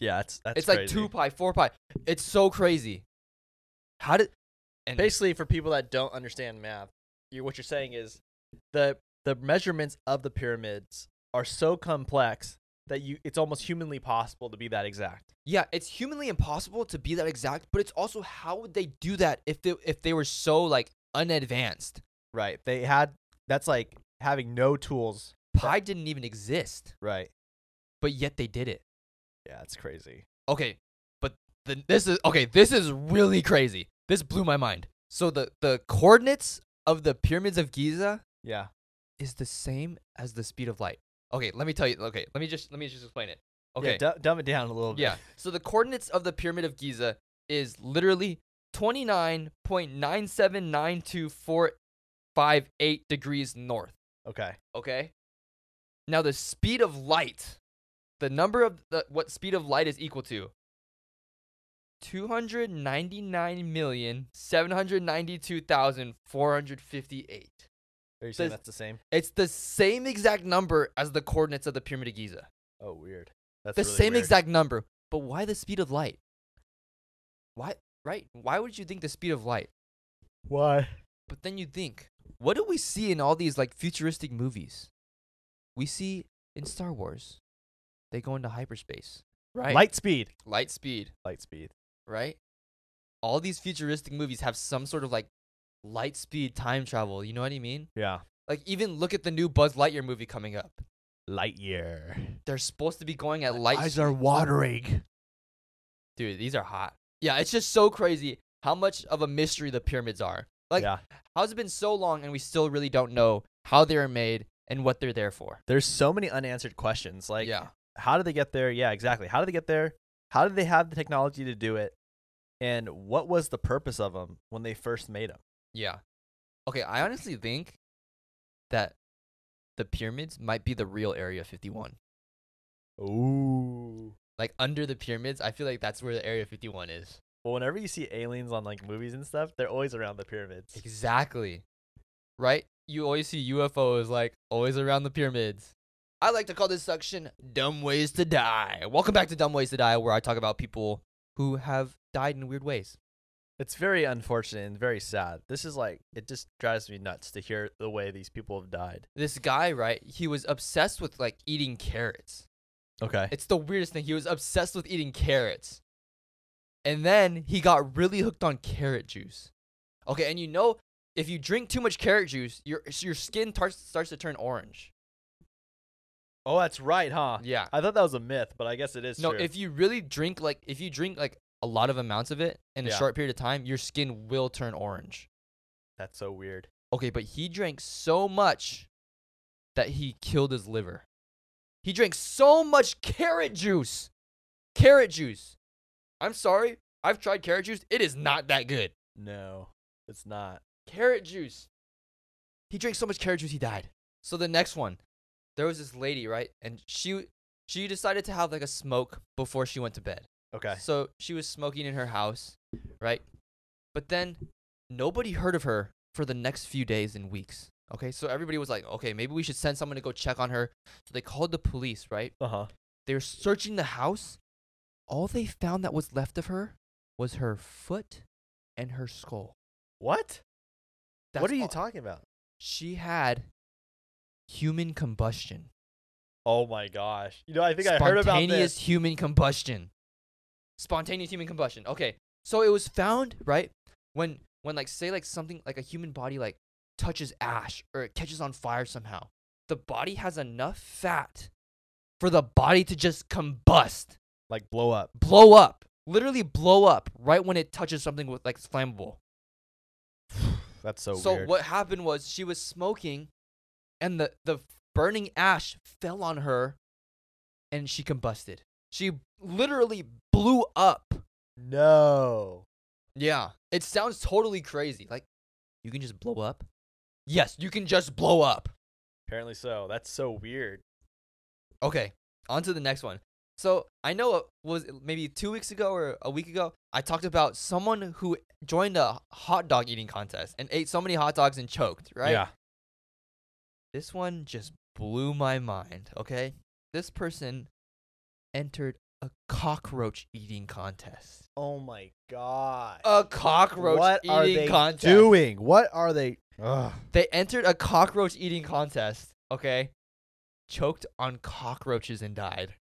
[SPEAKER 1] Yeah, that's that's
[SPEAKER 2] it's like
[SPEAKER 1] crazy.
[SPEAKER 2] two pi, four pi. It's so crazy. How did? And
[SPEAKER 1] Basically, for people that don't understand math, you what you're saying is the the measurements of the pyramids are so complex that you it's almost humanly possible to be that exact.
[SPEAKER 2] yeah, it's humanly impossible to be that exact. But it's also how would they do that if they if they were so like unadvanced?
[SPEAKER 1] Right. They had that's like having no tools.
[SPEAKER 2] Pi didn't even exist,
[SPEAKER 1] Right.
[SPEAKER 2] but yet they did it.
[SPEAKER 1] Yeah, it's crazy.
[SPEAKER 2] Okay, but the, this is okay. This is really crazy. This blew my mind. So the the coordinates of the pyramids of Giza
[SPEAKER 1] Yeah.
[SPEAKER 2] is the same as the speed of light. Okay, let me tell you. Okay, let me just let me just explain it. Okay,
[SPEAKER 1] Yeah, du- dumb it down a little bit.
[SPEAKER 2] Yeah. So the coordinates of the pyramid of Giza is literally 29.9792458 degrees north.
[SPEAKER 1] Okay.
[SPEAKER 2] Okay. Now the speed of light, the number of the, what speed of light is equal to. Two hundred ninety nine million seven hundred ninety two thousand four hundred fifty eight.
[SPEAKER 1] Are you saying
[SPEAKER 2] Says-
[SPEAKER 1] that's the same?
[SPEAKER 2] It's the same exact number as the coordinates of the Pyramid of Giza.
[SPEAKER 1] Oh, weird. That's
[SPEAKER 2] the
[SPEAKER 1] really
[SPEAKER 2] same
[SPEAKER 1] weird.
[SPEAKER 2] exact number. But why the speed of light? Why right? Why would you think the speed of light?
[SPEAKER 1] Why?
[SPEAKER 2] But then you think, what do we see in all these like futuristic movies? We see in Star Wars, they go into hyperspace, right?
[SPEAKER 1] Light speed.
[SPEAKER 2] light speed,
[SPEAKER 1] Light speed.
[SPEAKER 2] right? All these futuristic movies have some sort of like light speed time travel. You know what I mean?
[SPEAKER 1] Yeah.
[SPEAKER 2] Like even look at the new Buzz Lightyear movie coming up.
[SPEAKER 1] Light year.
[SPEAKER 2] They're supposed to be going at light speed.
[SPEAKER 1] are watering.
[SPEAKER 2] Dude, these are hot. Yeah, it's just so crazy how much of a mystery the pyramids are. Like
[SPEAKER 1] yeah.
[SPEAKER 2] how's it been so long and we still really don't know how they are made and what they're there for?
[SPEAKER 1] There's so many unanswered questions. Like,
[SPEAKER 2] yeah.
[SPEAKER 1] how did they get there? Yeah, exactly. How did they get there? How did they have the technology to do it? And what was the purpose of them when they first made them?
[SPEAKER 2] Yeah. Okay, I honestly think that the pyramids might be the real Area 51.
[SPEAKER 1] Ooh.
[SPEAKER 2] Like under the pyramids, I feel like that's where the Area 51 is.
[SPEAKER 1] Well, whenever you see aliens on like movies and stuff, they're always around the pyramids.
[SPEAKER 2] Exactly. Right? You always see UFOs like always around the pyramids. I like to call this section Dumb Ways to Die. Welcome back to Dumb Ways to Die, where I talk about people who have died in weird ways.
[SPEAKER 1] It's very unfortunate and very sad. This is like, it just drives me nuts to hear the way these people have died.
[SPEAKER 2] This guy, right? He was obsessed with like eating carrots.
[SPEAKER 1] Okay.
[SPEAKER 2] It's the weirdest thing. He was obsessed with eating carrots. And then he got really hooked on carrot juice. Okay, and you know if you drink too much carrot juice, your your skin tar- starts to turn orange.
[SPEAKER 1] Oh, that's right, huh?
[SPEAKER 2] Yeah.
[SPEAKER 1] I thought that was a myth, but I guess it is
[SPEAKER 2] no,
[SPEAKER 1] true.
[SPEAKER 2] if you really drink like if you drink like a lot of amounts of it in a
[SPEAKER 1] Yeah.
[SPEAKER 2] short period of time, your skin will turn orange.
[SPEAKER 1] that's so weird.
[SPEAKER 2] Okay, but he drank so much that he killed his liver. He drank so much carrot juice. Carrot juice. I'm sorry. I've tried carrot juice. It is not that good.
[SPEAKER 1] No, it's not.
[SPEAKER 2] Carrot juice. He drank so much carrot juice he died. So the next one, there was this lady, right? And she she decided to have like a smoke before she went to bed.
[SPEAKER 1] Okay.
[SPEAKER 2] So she was smoking in her house, right? But then nobody heard of her for the next few days and weeks. Okay, so everybody was like, okay, maybe we should send someone to go check on her. So they called the police, right?
[SPEAKER 1] Uh huh.
[SPEAKER 2] They were searching the house. All they found that was left of her was her foot and her skull.
[SPEAKER 1] What? what
[SPEAKER 2] That's
[SPEAKER 1] are you
[SPEAKER 2] all-
[SPEAKER 1] talking about?
[SPEAKER 2] She had human combustion.
[SPEAKER 1] Oh my gosh. You know, I think I heard about
[SPEAKER 2] Spontaneous
[SPEAKER 1] this.
[SPEAKER 2] human combustion. Spontaneous human combustion. Okay. So it was found, right? When when like say like something like a human body like touches ash or it catches on fire somehow. The body has enough fat for the body to just combust,
[SPEAKER 1] Like blow up.
[SPEAKER 2] blow up. Literally blow up right when it touches something with like flammable.
[SPEAKER 1] That's so,
[SPEAKER 2] so
[SPEAKER 1] weird.
[SPEAKER 2] what happened was she was smoking and the, the burning ash fell on her and she combusted she literally blew up
[SPEAKER 1] No.
[SPEAKER 2] yeah it sounds totally crazy like you can just blow up yes you can just blow up
[SPEAKER 1] Apparently so. That's so weird.
[SPEAKER 2] okay on to the next one so i know it was maybe two weeks ago or a week ago i talked about someone who joined a hot dog eating contest and ate so many hot dogs and choked right
[SPEAKER 1] Yeah.
[SPEAKER 2] This one just blew my mind, okay? This person entered a cockroach eating contest.
[SPEAKER 1] Oh my god.
[SPEAKER 2] A cockroach
[SPEAKER 1] what
[SPEAKER 2] eating
[SPEAKER 1] are they
[SPEAKER 2] contest.
[SPEAKER 1] doing? What are they? Ugh.
[SPEAKER 2] They entered a cockroach eating contest, okay? Choked on cockroaches and died.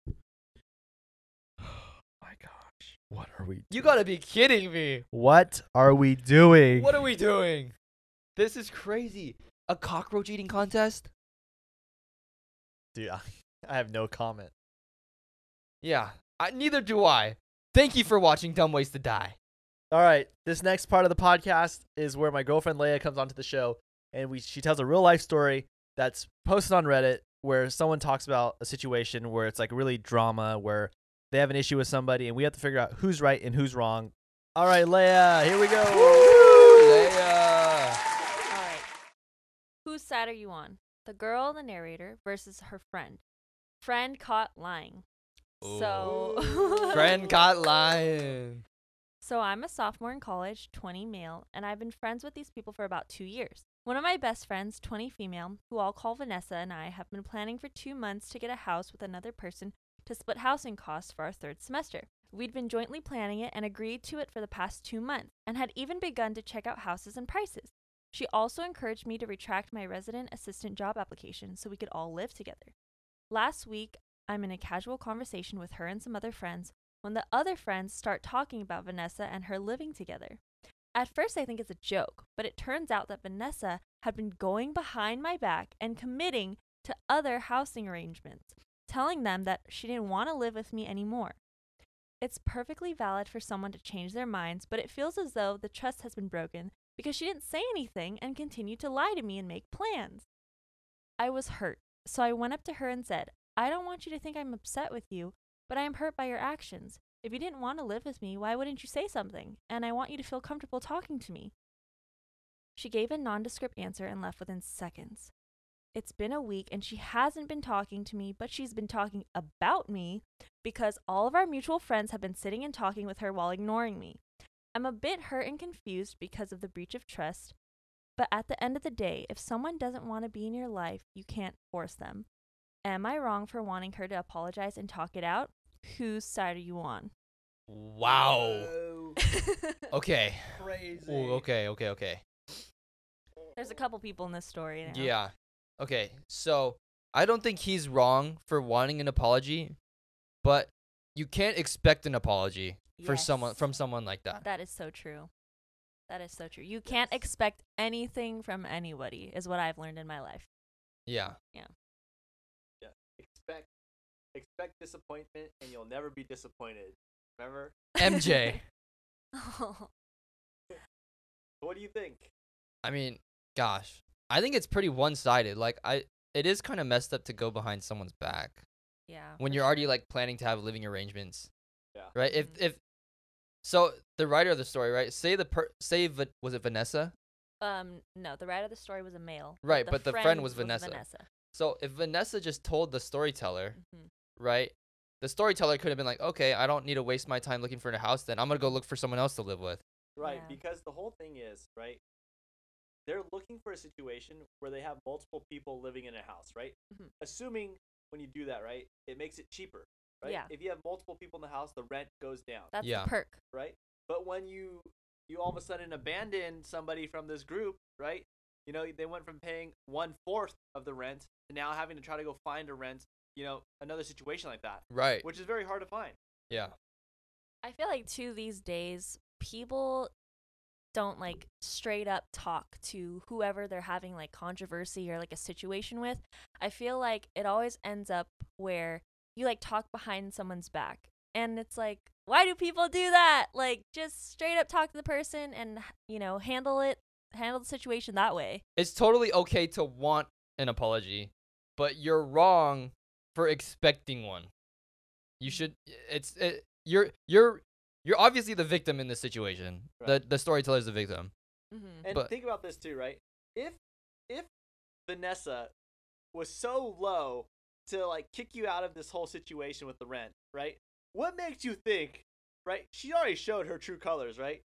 [SPEAKER 1] My gosh. What are we?
[SPEAKER 2] You
[SPEAKER 1] doing?
[SPEAKER 2] gotta be kidding me.
[SPEAKER 1] What are we doing?
[SPEAKER 2] What are we doing? This is crazy. A cockroach eating contest?
[SPEAKER 1] Dude, I, I have no comment.
[SPEAKER 2] Yeah, I, neither do I. Thank you for watching Dumb Ways to Die.
[SPEAKER 1] All right, this next part of the podcast is where my girlfriend Leia comes onto the show, and we she tells a real life story that's posted on Reddit where someone talks about a situation where it's like really drama where they have an issue with somebody, and we have to figure out who's right and who's wrong, All right, Leia, here we go.
[SPEAKER 2] Leia.
[SPEAKER 3] All right. Whose side are you on? The girl, the narrator, versus her friend. Friend caught lying. So,
[SPEAKER 2] Friend got lying.
[SPEAKER 3] So I'm a sophomore in college, 20 male, and I've been friends with these people for about two years. One of my best friends, 20 female, who I'll call Vanessa, and I have been planning for two months to get a house with another person to split housing costs for our third semester. We'd been jointly planning it and agreed to it for the past two months, and had even begun to check out houses and prices. She also encouraged me to retract my resident assistant job application so we could all live together. Last week, I'm in a casual conversation with her and some other friends when the other friends start talking about Vanessa and her living together. At first, I think it's a joke, but it turns out that Vanessa had been going behind my back and committing to other housing arrangements, telling them that she didn't want to live with me anymore. It's perfectly valid for someone to change their minds, but it feels as though the trust has been broken because she didn't say anything and continued to lie to me and make plans. I was hurt, so I went up to her and said, I don't want you to think I'm upset with you, but I am hurt by your actions. If you didn't want to live with me, why wouldn't you say something? And I want you to feel comfortable talking to me. She gave a nondescript answer and left within seconds. It's been a week and she hasn't been talking to me, but she's been talking about me because all of our mutual friends have been sitting and talking with her while ignoring me. I'm a bit hurt and confused because of the breach of trust, but at the end of the day, if someone doesn't want to be in your life, you can't force them. Am I wrong for wanting her to apologize and talk it out? Whose side are you on?
[SPEAKER 2] Wow. Okay.
[SPEAKER 1] Crazy.
[SPEAKER 2] Ooh, okay, okay, okay.
[SPEAKER 3] There's a couple people in this story. Now.
[SPEAKER 2] Yeah. Okay. So I don't think he's wrong for wanting an apology, but you can't expect an apology for someone
[SPEAKER 3] Yes.
[SPEAKER 2] from someone like that.
[SPEAKER 3] That is so true. That is so true. You can't expect anything from anybody, is what I've learned in my life.
[SPEAKER 2] Yeah.
[SPEAKER 1] Expect, expect disappointment, and you'll never be disappointed. Remember?
[SPEAKER 2] MJ.
[SPEAKER 1] What do you think?
[SPEAKER 2] I mean, gosh. I think it's pretty one-sided. Like I it is kind of messed up to go behind someone's back
[SPEAKER 3] yeah.
[SPEAKER 2] when
[SPEAKER 3] Oh, for
[SPEAKER 2] you're already
[SPEAKER 3] sure.
[SPEAKER 2] like planning to have living arrangements.
[SPEAKER 1] Yeah.
[SPEAKER 2] Right? If
[SPEAKER 3] Mhm.
[SPEAKER 2] if so the writer of the story, right? Say the per- say Va- was it Vanessa?
[SPEAKER 3] Um, no, the writer of the story was a male.
[SPEAKER 2] Right, but the friend was Vanessa.
[SPEAKER 3] Vanessa.
[SPEAKER 2] So if Vanessa just told the storyteller
[SPEAKER 3] Mhm.
[SPEAKER 2] right? The storyteller could have been like, okay, I don't need to waste my time looking for a house. Then I'm gonna go look for someone else to live with.
[SPEAKER 1] Right,
[SPEAKER 3] Yeah.
[SPEAKER 1] because the whole thing is, right? They're looking for a situation where they have multiple people living in a house, right?
[SPEAKER 3] Mhm.
[SPEAKER 1] Assuming when you do that, right, it makes it cheaper, right?
[SPEAKER 3] Yeah.
[SPEAKER 1] If you have multiple people in the house, the rent goes down,
[SPEAKER 3] That's
[SPEAKER 2] Yeah.
[SPEAKER 3] the perk.
[SPEAKER 1] right? But when you you all of a sudden abandon somebody from this group, right? You know, they went from paying one fourth of the rent to now having to try to go find a rent, you know, another situation like that,
[SPEAKER 2] Right.
[SPEAKER 1] which is very hard to find.
[SPEAKER 2] Yeah.
[SPEAKER 3] I feel like too these days people don't like straight up talk to whoever they're having like controversy or like a situation with. I feel like it always ends up where you like talk behind someone's back. And it's like, why do people do that? Like just straight up talk to the person and you know, handle it handle the situation that way.
[SPEAKER 2] It's totally okay to want an apology, but you're wrong for expecting one. You should. It's it, you're you're you're obviously the victim in this situation. The the storyteller is the victim.
[SPEAKER 3] Mm-hmm.
[SPEAKER 1] And
[SPEAKER 2] But-
[SPEAKER 1] think about this too, right? If if Vanessa was so low to like kick you out of this whole situation with the rent, right? What makes you think, right? She already showed her true colors, right?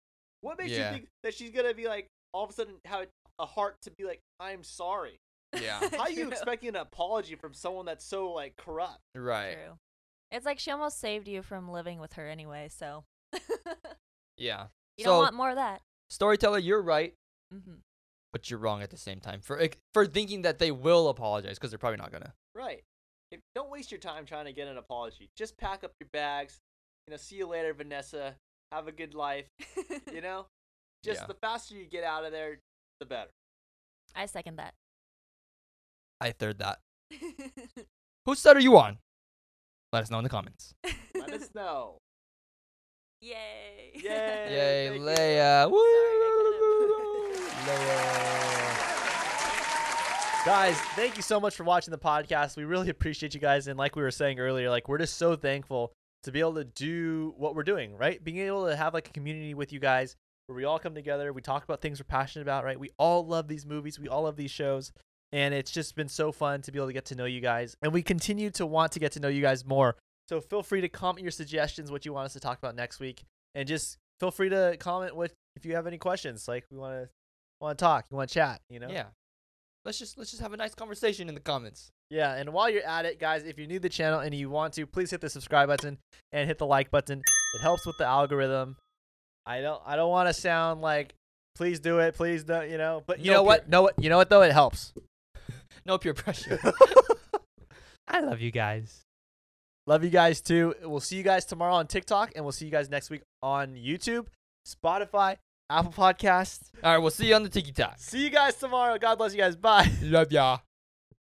[SPEAKER 1] What makes
[SPEAKER 2] Yeah.
[SPEAKER 1] you think that she's gonna be like all of a sudden have a heart to be like, I'm sorry?
[SPEAKER 2] Yeah.
[SPEAKER 1] How are you expecting an apology from someone that's so like corrupt?
[SPEAKER 2] right.
[SPEAKER 3] True. It's like she almost saved you from living with her anyway, so
[SPEAKER 2] Yeah.
[SPEAKER 3] you
[SPEAKER 2] so
[SPEAKER 3] don't want more of that.
[SPEAKER 2] storyteller, you're right,
[SPEAKER 3] Mm-hmm.
[SPEAKER 2] but you're wrong at the same time for ex- for thinking that they will apologize because they're probably not gonna.
[SPEAKER 1] Right. If, don't waste your time trying to get an apology. Just pack up your bags. You know, see you later, Vanessa. Have a good life. you know just
[SPEAKER 2] Yeah.
[SPEAKER 1] the faster you get out of there the better
[SPEAKER 3] I second that.
[SPEAKER 2] I third that. Whose side are you on? Let us know in the comments.
[SPEAKER 1] let us know
[SPEAKER 3] Yay.
[SPEAKER 1] Yay.
[SPEAKER 2] Yay,
[SPEAKER 1] thank you.
[SPEAKER 2] Leia. Woo!
[SPEAKER 3] I
[SPEAKER 2] Leia.
[SPEAKER 1] guys thank you so much for watching the podcast we really appreciate you guys and like we were saying earlier like we're just so thankful to be able to do what we're doing, right? Being able to have like a community with you guys where we all come together, we talk about things we're passionate about, right? We all love these movies, we all love these shows, and it's just been so fun to be able to get to know you guys. And we continue to want to get to know you guys more. So feel free to comment your suggestions, what you want us to talk about next week, and just feel free to comment what if you have any questions. Like we want to want to talk, you want to chat, you know?
[SPEAKER 2] Yeah. Let's just let's just have a nice conversation in the comments.
[SPEAKER 1] Yeah, and while you're at it, guys, if you're new to the channel and you want to, please hit the subscribe button and hit the like button. It helps with the algorithm. I don't I don't want to sound like please do it, please do, you know, but you
[SPEAKER 2] No
[SPEAKER 1] know what?
[SPEAKER 2] peer-
[SPEAKER 1] No what? You know what though? It helps.
[SPEAKER 2] No peer pressure. I love you guys.
[SPEAKER 1] Love you guys too. We'll see you guys tomorrow on TikTok and we'll see you guys next week on YouTube, Spotify, Apple Podcasts.
[SPEAKER 2] All right, we'll see you on the Tiki Talk.
[SPEAKER 1] See you guys tomorrow. God bless you guys. Bye.
[SPEAKER 2] Love ya.